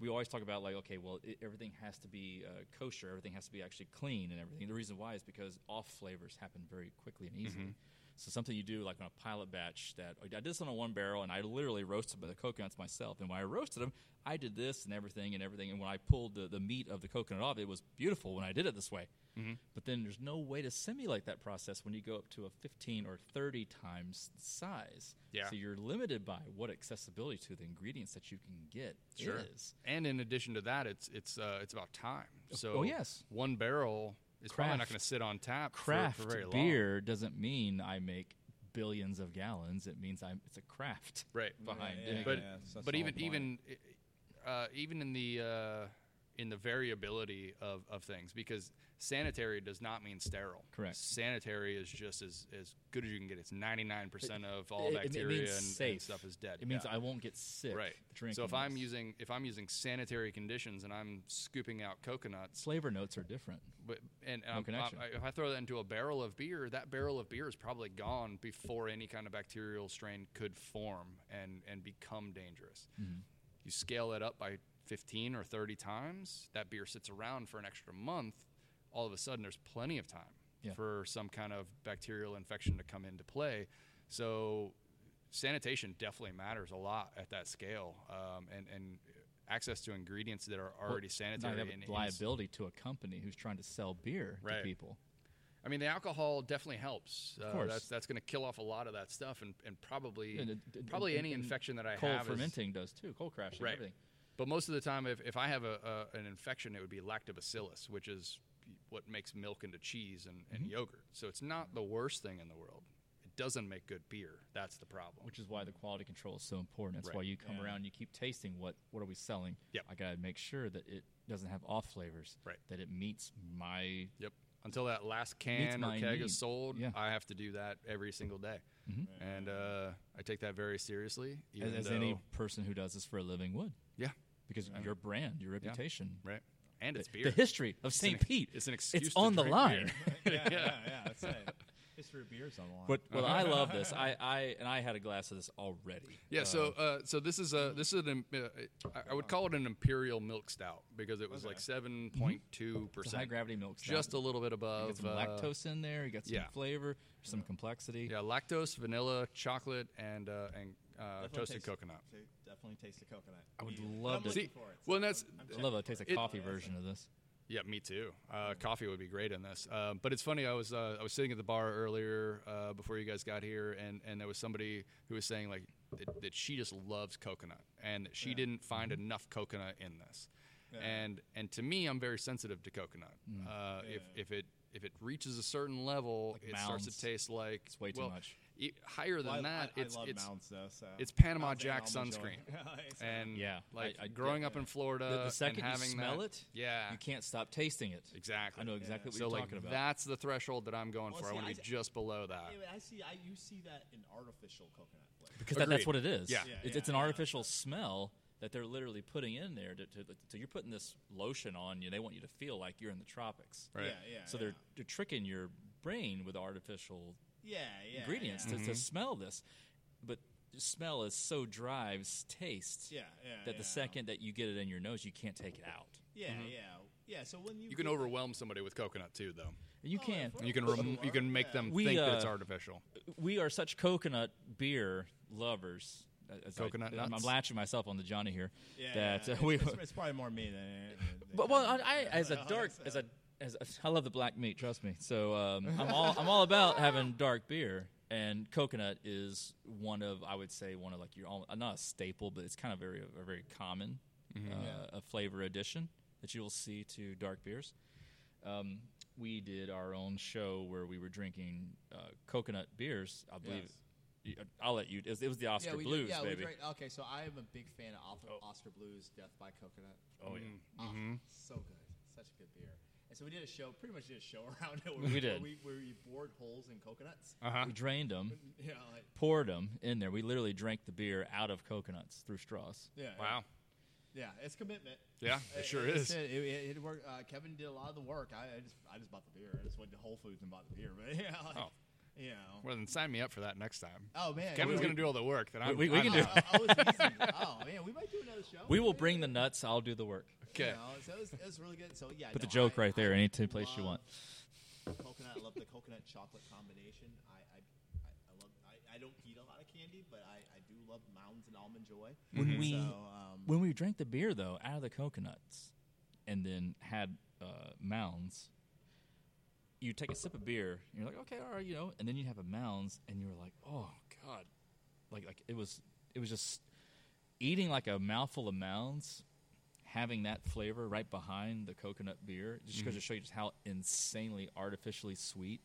we always talk about like okay well it, everything has to be uh, kosher everything has to be actually clean and everything the reason why is because off flavors happen very quickly and easily Mm-hmm. so something you do like on a pilot batch that i did this on a one barrel and i literally roasted the coconuts myself and when i roasted them i did this and everything and everything and when i pulled the, the meat of the coconut off it was beautiful when i did it this way Mm-hmm. but then there's no way to simulate that process when you go up to a 15 or 30 times the size Yeah. so you're limited by what accessibility to the ingredients that you can get sure. is And in addition to that, it's it's uh, it's about time. So oh, yes. one barrel is probably not Craft- going to sit on tap for- craft for, very long. beer doesn't mean I make billions of gallons. It means I'm it's a craft Right. behind Yeah, it. but yeah, so that's but the even whole point. even uh, even in the uh, in the variability of, of things because sanitary does not mean sterile. Correct. Sanitary is just as, as good as you can get. It's ninety nine percent of all It- it- it bacteria means and, and safe. stuff is dead. It means Yeah. I won't get sick. right. Drinking So if I'm this. using if I'm using sanitary conditions and I'm scooping out coconuts, flavor notes are different. but and, and I'm- connection. I, if I throw that into a barrel of beer, that barrel of beer is probably gone before any kind of bacterial strain could form and and become dangerous. Mm-hmm. You scale it up by 15 or 30 times, that beer sits around for an extra month. All of a sudden, there's plenty of time Yeah. for some kind of bacterial infection to come into play. So sanitation definitely matters a lot at that scale, um, and and access to ingredients that are already sanitary. Not have and- and- liability to a company who's trying to sell beer Right. to people. I mean, the alcohol definitely helps. Of course. that's that's going to kill off a lot of that stuff, and, and probably And it- it- probably and- any and infection that I coal have. is- fermenting does too. Coal crashing, right. everything. But most of the time, if, if I have a, a an infection, it would be lactobacillus, which is what makes milk into cheese and, and Mm-hmm. yogurt. So it's not the worst thing in the world. It doesn't make good beer. That's the problem. Which is why the quality control is so important. That's Right. why you come around, you keep tasting what what are we selling. Yep. I gotta make sure that it doesn't have off flavors. Right. That it meets my Yep. Until that last can or my keg need. is sold, Yeah. Mm-hmm. I have to do that every single day, and uh, I take that very seriously. Even as, as though, any person who does this for a living would. yeah, Because your brand, your reputation, right, and it's beer. the history of St. an- Pete. it's an excuse It's to on the drink line. beer. [laughs] yeah, yeah, yeah. That's it. History of beers on the line. [laughs] But [laughs] well, I love this. I, I and I had a glass of this already. Yeah, so uh, so this is mm-hmm. a this is an im- uh, I- I would call it an imperial milk stout because it was like seven point two Mm-hmm. It's a high percent, gravity milk. stout. just a little bit You above got some uh, lactose in there. You got some yeah. flavor, some complexity. Yeah, lactose, vanilla, chocolate, and uh, and uh, Definitely toasted taste- coconut. ta- Definitely taste the coconut. I would Yeah. love I'm to- looking See, for it, so well, that's I'm I checking love it. It tastes like It- coffee version of this. Yeah, me too. Uh, coffee would be great in this. Um, but it's funny. I was uh, I was sitting at the bar earlier uh, before you guys got here, and, and there was somebody who was saying like that, that she just loves coconut, and that she didn't Mm-hmm. find enough coconut in this. And and to me, I'm very sensitive to coconut. Mm. Uh, If if it if it reaches a certain level, it starts mounds. to taste like It's way too well, much. e- higher than Well, I- that, I, it's I love it's mounds though. So it's Panama Mounds and Jack almond joy. [laughs] [laughs] sunscreen. It's- and Yeah, I- like I get growing up in Florida, The, the second Uh, and you having smell that- it, yeah, you can't stop tasting it. Exactly. I know exactly what so you're like talking about. that's the threshold that I'm going Well, for. I see, want I to be d- just below that. Yeah, but I see. I you see that in artificial coconut flavor. because that, that's what Agreed. it is. Yeah. Yeah, it's, it's yeah, an yeah. artificial smell that they're literally putting in there. To, to, so you're putting this lotion on you. They want you to feel like you're in the tropics. Right. Yeah, yeah. so yeah. they're they're tricking your brain with artificial yeah, yeah, ingredients Yeah, Mm-hmm. To, to smell this, but smell is so drives taste yeah, yeah that yeah. the second Mm-hmm. that you get it in your nose, you can't take it out. Yeah, yeah, yeah. So when you You can get- overwhelm somebody with coconut too, though. And you Oh, yeah, can. for You can rem- you can make them We, think that it's uh, artificial. we are such coconut beer lovers. As I- Coconut I'm, I'm nuts. latching myself on the Johnny here. yeah, that yeah, uh, [laughs] we. It's, it's probably more me than. [laughs] than- But than- well, I, I as a [laughs] dark as a as a, I love the black meat. Trust me. So um, I'm all I'm all about having dark beer, and coconut is one of I would say one of like your all, not a staple, but it's kind of very a very common Mm-hmm. uh, a flavor addition that you will see to dark beers. Um, we did our own show where we were drinking uh, coconut beers. I believe. Yes. You- I'll let you. It was, it was the Oscar yeah, we did, Blues, yeah, baby. We drank, okay, so I am a big fan of Oscar, Oscar Blues, Death by Coconut. oh yeah. Ah, so good, such a good beer. And so we did a show, pretty much did a show [laughs] around it. Where We Where did. we, where we bored holes in coconuts. Uh-huh. We drained them, Yeah, like, poured them in there. We literally drank the beer out of coconuts through straws. yeah. Wow. Yeah, it's commitment. Yeah, it sure it's- is. It, it, it worked. Uh, Kevin did a lot of the work. I, I just, I just bought the beer. I just went to Whole Foods and bought the beer. But [laughs] yeah, like, Oh. you know. Well, then sign me up for that next time. Oh man, Kevin's we- oh, gonna do all the work. Then I'm, we- we I'm can do [laughs] out. I, I was teasing you. oh man, we might do another show. We will bring the nuts. I'll do the work. Okay. You know, so it was, it was really good. So yeah, Put the no, joke I- right there. I Any two place you want. love Coconut. I love the coconut chocolate combination. I, I, I, I love. I, I don't eat a lot of candy, but I, I do love Mounds and Almond Joy. When we- so, um, When we drank the beer though, out of the coconuts, and then had uh, mounds. You take a sip of beer, and you're like, okay, all right, you know, and then you have a mounds, and you're like, oh god, like like it was it was just eating like a mouthful of mounds, having that flavor right behind the coconut beer, just goes to show you just how insanely artificially sweet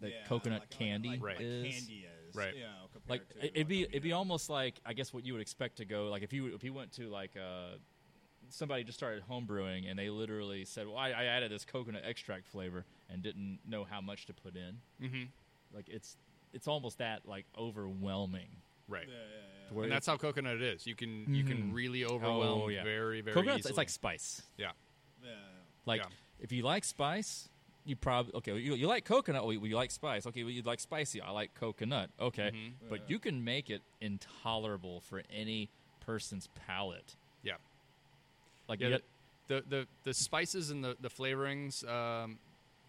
the yeah, coconut like- like- candy like, Right. is. Like candy is Right. You know, like compared to, it- it'd be it'd be almost like I guess what you would expect to go like if you if you went to like uh somebody just started homebrewing and they literally said well I, I added this coconut extract flavor and didn't know how much to put in mm-hmm. like it's it's almost that like overwhelming Right. Yeah, yeah, yeah. to where And that's how coconut it is. You can you can really overwhelm Mm-hmm. oh, yeah. very very coconuts easily. it's like spice yeah. Yeah. like Yeah. if you like spice you probably okay. well, You, you like coconut. Well, you you like spice. Okay, well, you like spicy. I like coconut. Okay, Mm-hmm. but you can make it intolerable for any person's palate. Yeah. Like Yeah. you The, the the the spices and the the flavorings. Um,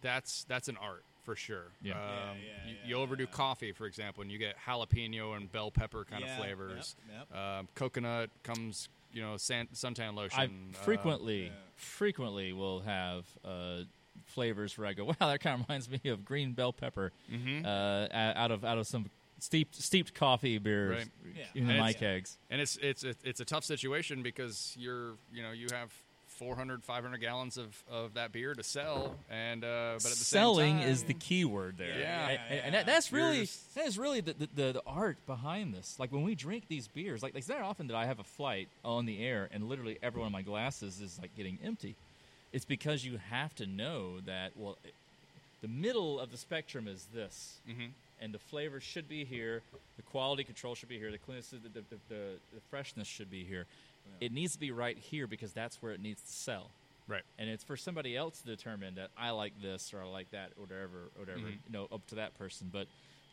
that's that's an art for sure. Yeah. Yeah, Um, yeah, you, yeah, you overdo coffee, for example, and you get jalapeno and bell pepper kind Yeah, of yep, flavors. yep. Um, coconut comes, you know, san- suntan lotion. I uh, frequently, frequently will have uh, flavors where I go, [laughs] wow, that kind of reminds me of green bell pepper Mm-hmm. uh, a- out of out of some steeped steeped coffee beer, Right. Yeah. in And my it's- kegs. and it's it's it- it's a tough situation because you're you know you have 400 500 gallons of, of that beer to sell and uh, but at the selling same time, is the key word there. Yeah. and, and- and that, that's really that is really the, the, the, the art behind this. Like when we drink these beers, like it's not often that I have a flight on the air and literally every one of my glasses is like getting empty. It's because you have to know that well, it, the middle of the spectrum is this. Mm-hmm. And the flavor should be here. The quality control should be here. The cleanness, the, the, the, the, the freshness should be here. It needs to be right here because that's where it needs to sell right and it's for somebody else to determine that I like this or I like that or whatever, or Mm-hmm. whatever, you know, up to that person. But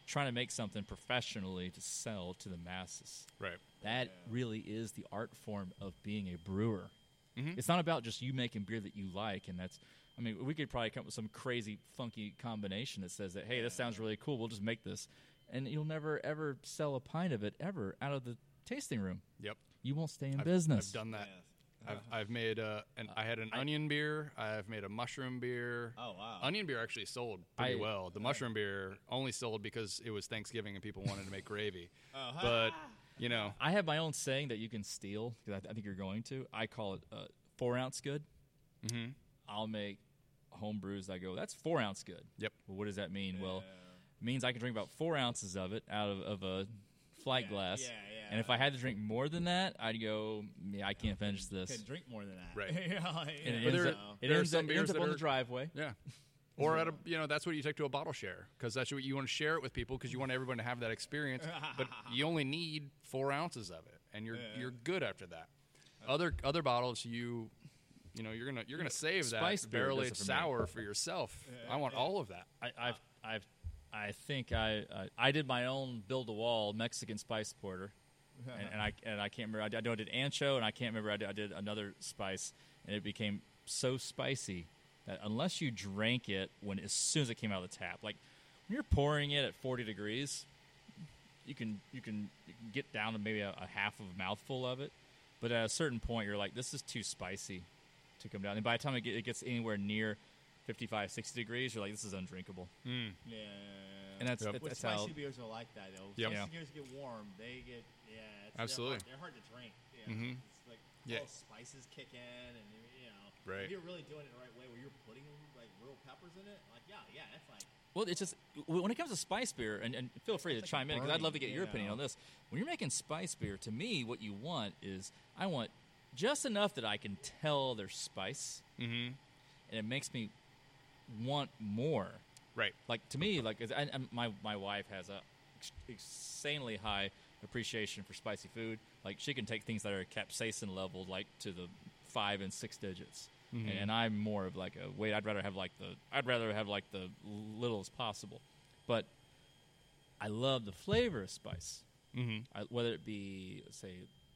trying to make something professionally to sell to the masses, right that really is the art form of being a brewer. Mm-hmm. It's not about just you making beer that you like, and that's. I mean, we could probably come up with some crazy, funky combination that says that, hey, this sounds really cool. We'll just make this, and you'll never ever sell a pint of it ever out of the tasting room. yep You won't stay in I've, business. I've done that Uh-huh. I've, I've made uh an, I had an onion beer I've made a mushroom beer Oh, wow. onion beer actually sold pretty I- well the mushroom beer only sold because it was Thanksgiving and people wanted to make [laughs] gravy Oh, but you know I have my own saying that you can steal because I, th- I think you're going to. I call it uh, four ounce good. Mm-hmm. I'll make home brews. I go, that's four ounce good. Yep. Well, what does that mean? Well, it means I can drink about four ounces of it out of, of a flight glass. yeah, yeah. And if I had to drink more than that, I'd go, yeah, I can't finish this. Could drink more than that. [laughs] Right. yeah, And it yeah. But ends there- up, it there are ends some up- it ends beers up that on the are- driveway. Yeah. [laughs] Or at a, you know, that's what you take to a bottle share because that's what you want to share it with people because you want everyone to have that [laughs] experience. but you only need four ounces of it, and you're you're good after that. Other other bottles, you you know, you're gonna you're gonna save Spiced that beer does barrel it aged for me. sour for yourself. I want all of that. I, I've, I've, I think I, uh, I, I did my own build a wall Mexican spice porter, and, and I and I can't remember. I, did- I know I did ancho, and I can't remember. I did, I did another spice, and it became so spicy that unless you drank it when as soon as it came out of the tap, like when you're pouring it at 40 degrees, you can you can, you can get down to maybe a, a half of a mouthful of it, but at a certain point, you're like, this is too spicy to come down. And by the time it, get, it gets anywhere near 55, 60 degrees, you're like, this is undrinkable. yeah. And that's, Yep. that's, Well, that's spicy how. beers are like that though. Yep. Spicy beers get warm. They get yeah. It's, Absolutely. Mm-hmm. They're hard, they're hard to drink. Yeah. It's like Yeah. all spices kick in, and you know, Right. If you're really doing it the right way, where you're putting like real peppers in it, like yeah, yeah, that's like Well, it's just when it comes to spice beer, and, and feel free to chime in because I'd love to get your opinion on this. When you're making spice beer, to me, what you want is I want just enough that I can tell there's spice, mm-hmm. and it makes me want more. Right. like to me like is- and, and my my wife has a ex- insanely high appreciation for spicy food like she can take things that are capsaicin level like to the five and six digits and, and i'm more of like a wait i'd rather have like the i'd rather have like the little as possible but i love the flavor of spice I, whether it be say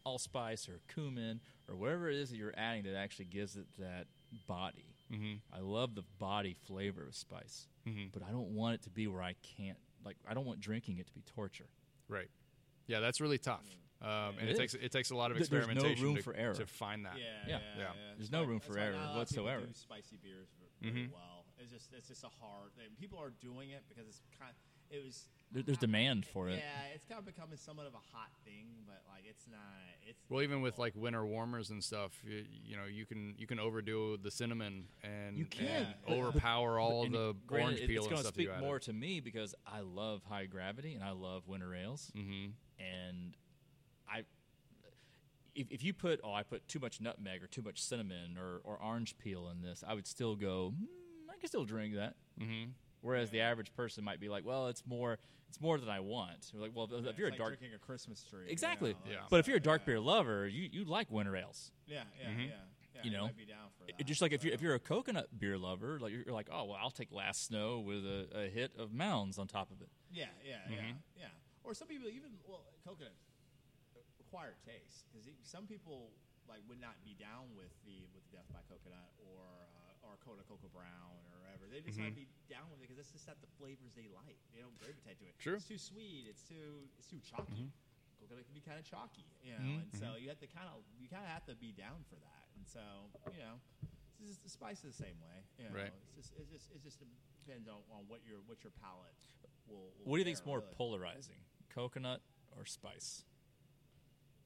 allspice or cumin or whatever it is that you're adding that actually gives it that body. Mm-hmm. I love the body flavor of spice, but I don't want it to be where I can't like I don't want drinking it to be torture. Right. Yeah, that's really tough. Um, It and it, is. takes it takes a lot of Th- there's no experimentation room to, for error. to find that. yeah, Yeah. yeah, Yeah. yeah. There's That's no why- room for that's why error not a lot of people whatsoever. Mm-hmm. do spicy beers v- very well. It's just it's just a hard. and people are doing it because it's kind. It was. There, there's demand for it. Yeah, it's kind of becoming somewhat of a hot thing, but like it's not. It's Well, even with like winter warmers and stuff, you, you know, you can you can overdo the cinnamon and, You can, and [laughs] overpower all And the granted, orange it- peel it's and gonna stuff. speak you added. more to me because I love high gravity and I love winter ales, mm-hmm. and I. If, if you put oh I put too much nutmeg or too much cinnamon or, or orange peel in this, I would still go. Mm, I can still drink that. Mm-hmm. Whereas the average person might be like, well, it's more it's more than I want. You're like, well, if you're it's like a dark drinking a Christmas tree. you exactly, know, Yeah. but if you're a dark beer lover, you you like winter ales. Yeah, yeah, yeah, yeah. Mm-hmm. You I know? might be down for It- that. just like if you're if you're a coconut beer lover, like you're, you're like, oh well, I'll take last snow with a, a hit of mounds on top of it. yeah, yeah, yeah, yeah. Or some people even well, coconut acquired taste because some people like would not be down with the with Death by Coconut or uh, or Coda Cocoa Brown or whatever. They just might be down with it because that's just not the flavors they like. They don't gravitate to it. True. It's too sweet. It's too it's too chalky. Coconut can be kind of chalky, you know. Mm-hmm. And so you have to kind of you kind of have to be down for that. And so you know, it's just, the spice is the same way. You know? Right. It's just it's just it just depends on, on what your what your palate will. will What do you think's bear, more really. polarizing, coconut or spice?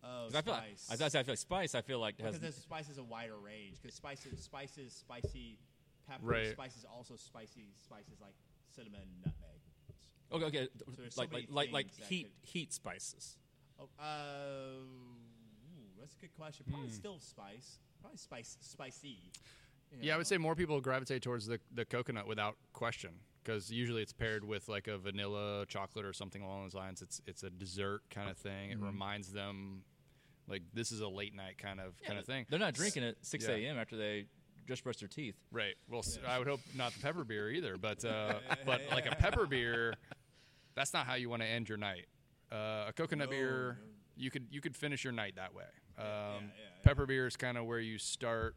Oh, 'Cause I feel like, spice. as I say, I feel like spice. I feel like has because spice is a wider range. Because spices, spices, spicy pepper. Right. Spices also spicy spices like cinnamon, nutmeg. okay, okay, th- there's so like, like many like like things that heat could- heat spices. Oh, uh, ooh, that's a good question. Hmm. Probably still spice. Probably spice, spicy. you Yeah, I would know. say more people gravitate towards the, the coconut without question because usually it's paired with like a vanilla chocolate or something along those lines. It's it's a dessert kind of thing. Mm-hmm. It reminds them like this is a late night kind of kind of thing. They're not drinking at six yeah. a.m. after they just brush their teeth. Right. Well, s I I would hope not the pepper beer either, but [laughs] uh, but like a pepper beer, that's not how you want to end your night. Uh, a coconut beer, you could you could finish your night that way. Um, pepper beer is kind of where you start.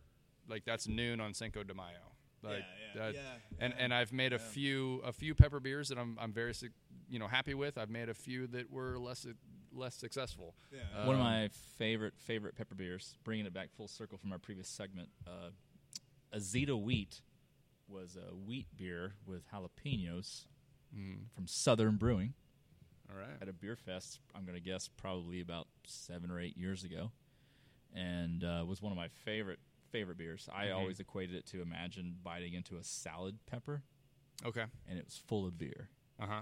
Like that's noon on Cinco de Mayo. Like, yeah, that- yeah, And and I've made a few a few pepper beers that I'm I'm very su- you know happy with. I've made a few that were less less successful. Uh, Yeah. One of my favorite favorite pepper beers, bringing it back full circle from our previous segment. Uh, Azita Wheat was a wheat beer with jalapenos from Southern Brewing All right. at a beer fest. I'm gonna guess probably about seven or eight years ago, and uh, was one of my favorite favorite beers. I always equated it to imagine biting into a salad pepper, Okay. and it was full of beer. Uh huh.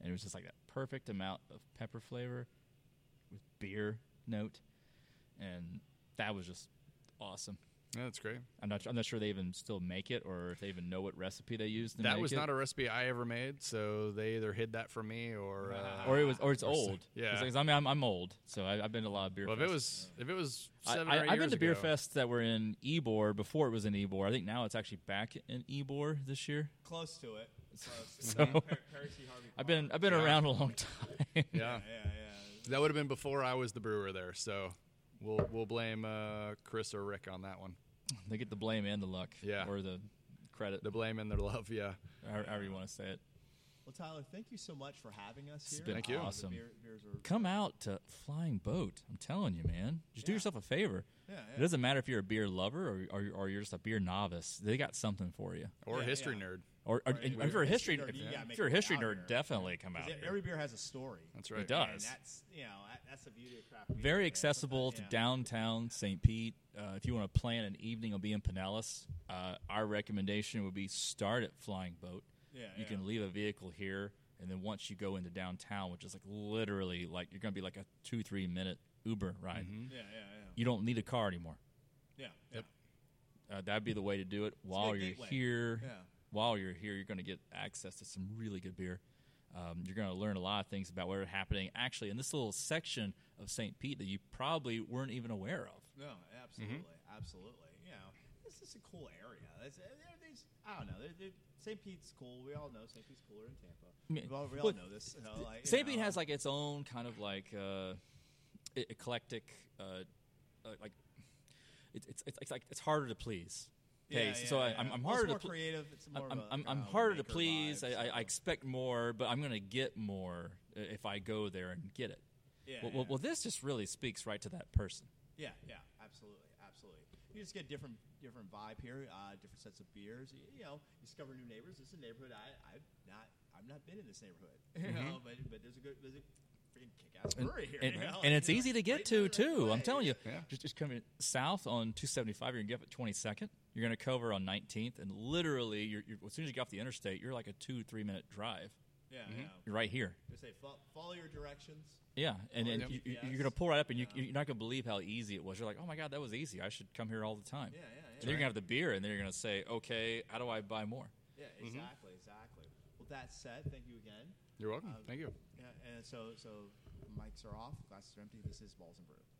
and it was just like that perfect amount of pepper flavor with beer note, and that was just awesome. Yeah, that's great. I'm not I'm not sure they even still make it or if they even know what recipe they used. To That make was it. not a recipe I ever made, so they either hid that from me or. Uh, or it was or it's old. yeah. 'Cause, like, I'm, I'm I'm old, so I, I've been to a lot of beer. well, if fests. it was, if it was I, seven or eight have been years to beer ago- fests that were in Ebor before it was in Ebor. I think now it's actually back in Ebor this year. close [laughs] to it. Close. So- Par- Percy Harvey. I've been I've been around a long [laughs] time. Yeah, Yeah, yeah. that would have been before I was the brewer there. So we'll we'll blame uh, Chris or Rick on that one. they get the blame and the luck, Yeah. or the credit, The blame and their love. Yeah, how- however you want to say it. Well, Tyler, thank you so much for having us It's here. Uh, been Thank you. awesome. The beer, beers are come out to Flying Boat. I'm telling you, man. Just do yourself a favor. Yeah, yeah. It doesn't matter if you're a beer lover or, or, or you're just a beer novice. They got something for you. or Yeah, history yeah. nerd. Or, or and if you're a history, nerd, if, you gotta if make you're a it history out nerd, here. definitely come out. 'cause Here. every beer has a story. That's right. It does. And that's you know that- that's the beauty of craft. Beer, Very man. accessible to Sometimes- yeah. downtown St. Pete. Uh, if you want to plan an evening, it'll be in Pinellas. Uh, our recommendation would be start at Flying Boat. Yeah, you can leave a vehicle here, and then once you go into downtown, which is like literally like you're going to be like a two three minute Uber ride. Yeah, yeah, You don't need a car anymore. yeah, yeah. yeah. uh, that'd be the way to do it while good you're gateway. here. Yeah. While you're here, you're going to get access to some really good beer. Um, you're going to learn a lot of things about what's happening actually in this little section of St. Pete that you probably weren't even aware of. No, absolutely, Mm-hmm. absolutely. You know, this is a cool area. It's, uh, there- there's- I don't know. There- there- St. Pete's cool. We all know St. Pete's cooler than Tampa. mean, we all, we well, all know this. you know, like, you St. Pete know, has like its own kind of like uh, e- eclectic, uh, uh, like it's it's it's it's like it's harder to please. yeah, Okay, so yeah, I, yeah. I'm, I'm Well, it's harder to more please. creative. It's more of I'm, a I'm, I'm kinda harder to maker please. vibe, I, I, so- I expect more, but I'm going to get more uh, if I go there and get it. Yeah, well, well, yeah. well, this just really speaks right to that person. Yeah, yeah, absolutely, absolutely. You just get different, different vibe here, uh, different sets of beers. You, you know, you discover new neighbors. This is a neighborhood I, I've not, I've not been in this neighborhood. [laughs] You know, but, but there's a good, there's a freaking kick-ass brewery here, Mm-hmm. And, you know? and it's You know, easy to get right down to the too. I'm way. telling you, Yeah. just just coming south on 275, you're gonna get up at 22nd. You're gonna cover on 19th, and literally, you're, you're, as soon as you get off the interstate, you're like a two three minute drive. Yeah, yeah. You're right here. They say fo- follow your directions. Yeah, and then Yep. you, you- Oh, Yes. you're gonna pull right up, and you, you're not gonna believe how easy it was. You're like, oh my god, that was easy. I should come here all the time. Yeah, yeah, yeah. And then you're gonna have the beer, and then you're gonna say, okay, how do I buy more? Yeah, Mm-hmm. exactly, exactly. Well, that said, thank you again. You're welcome. Um, Thank you. Yeah, and so so mics are off, glasses are empty. This is balls and brew.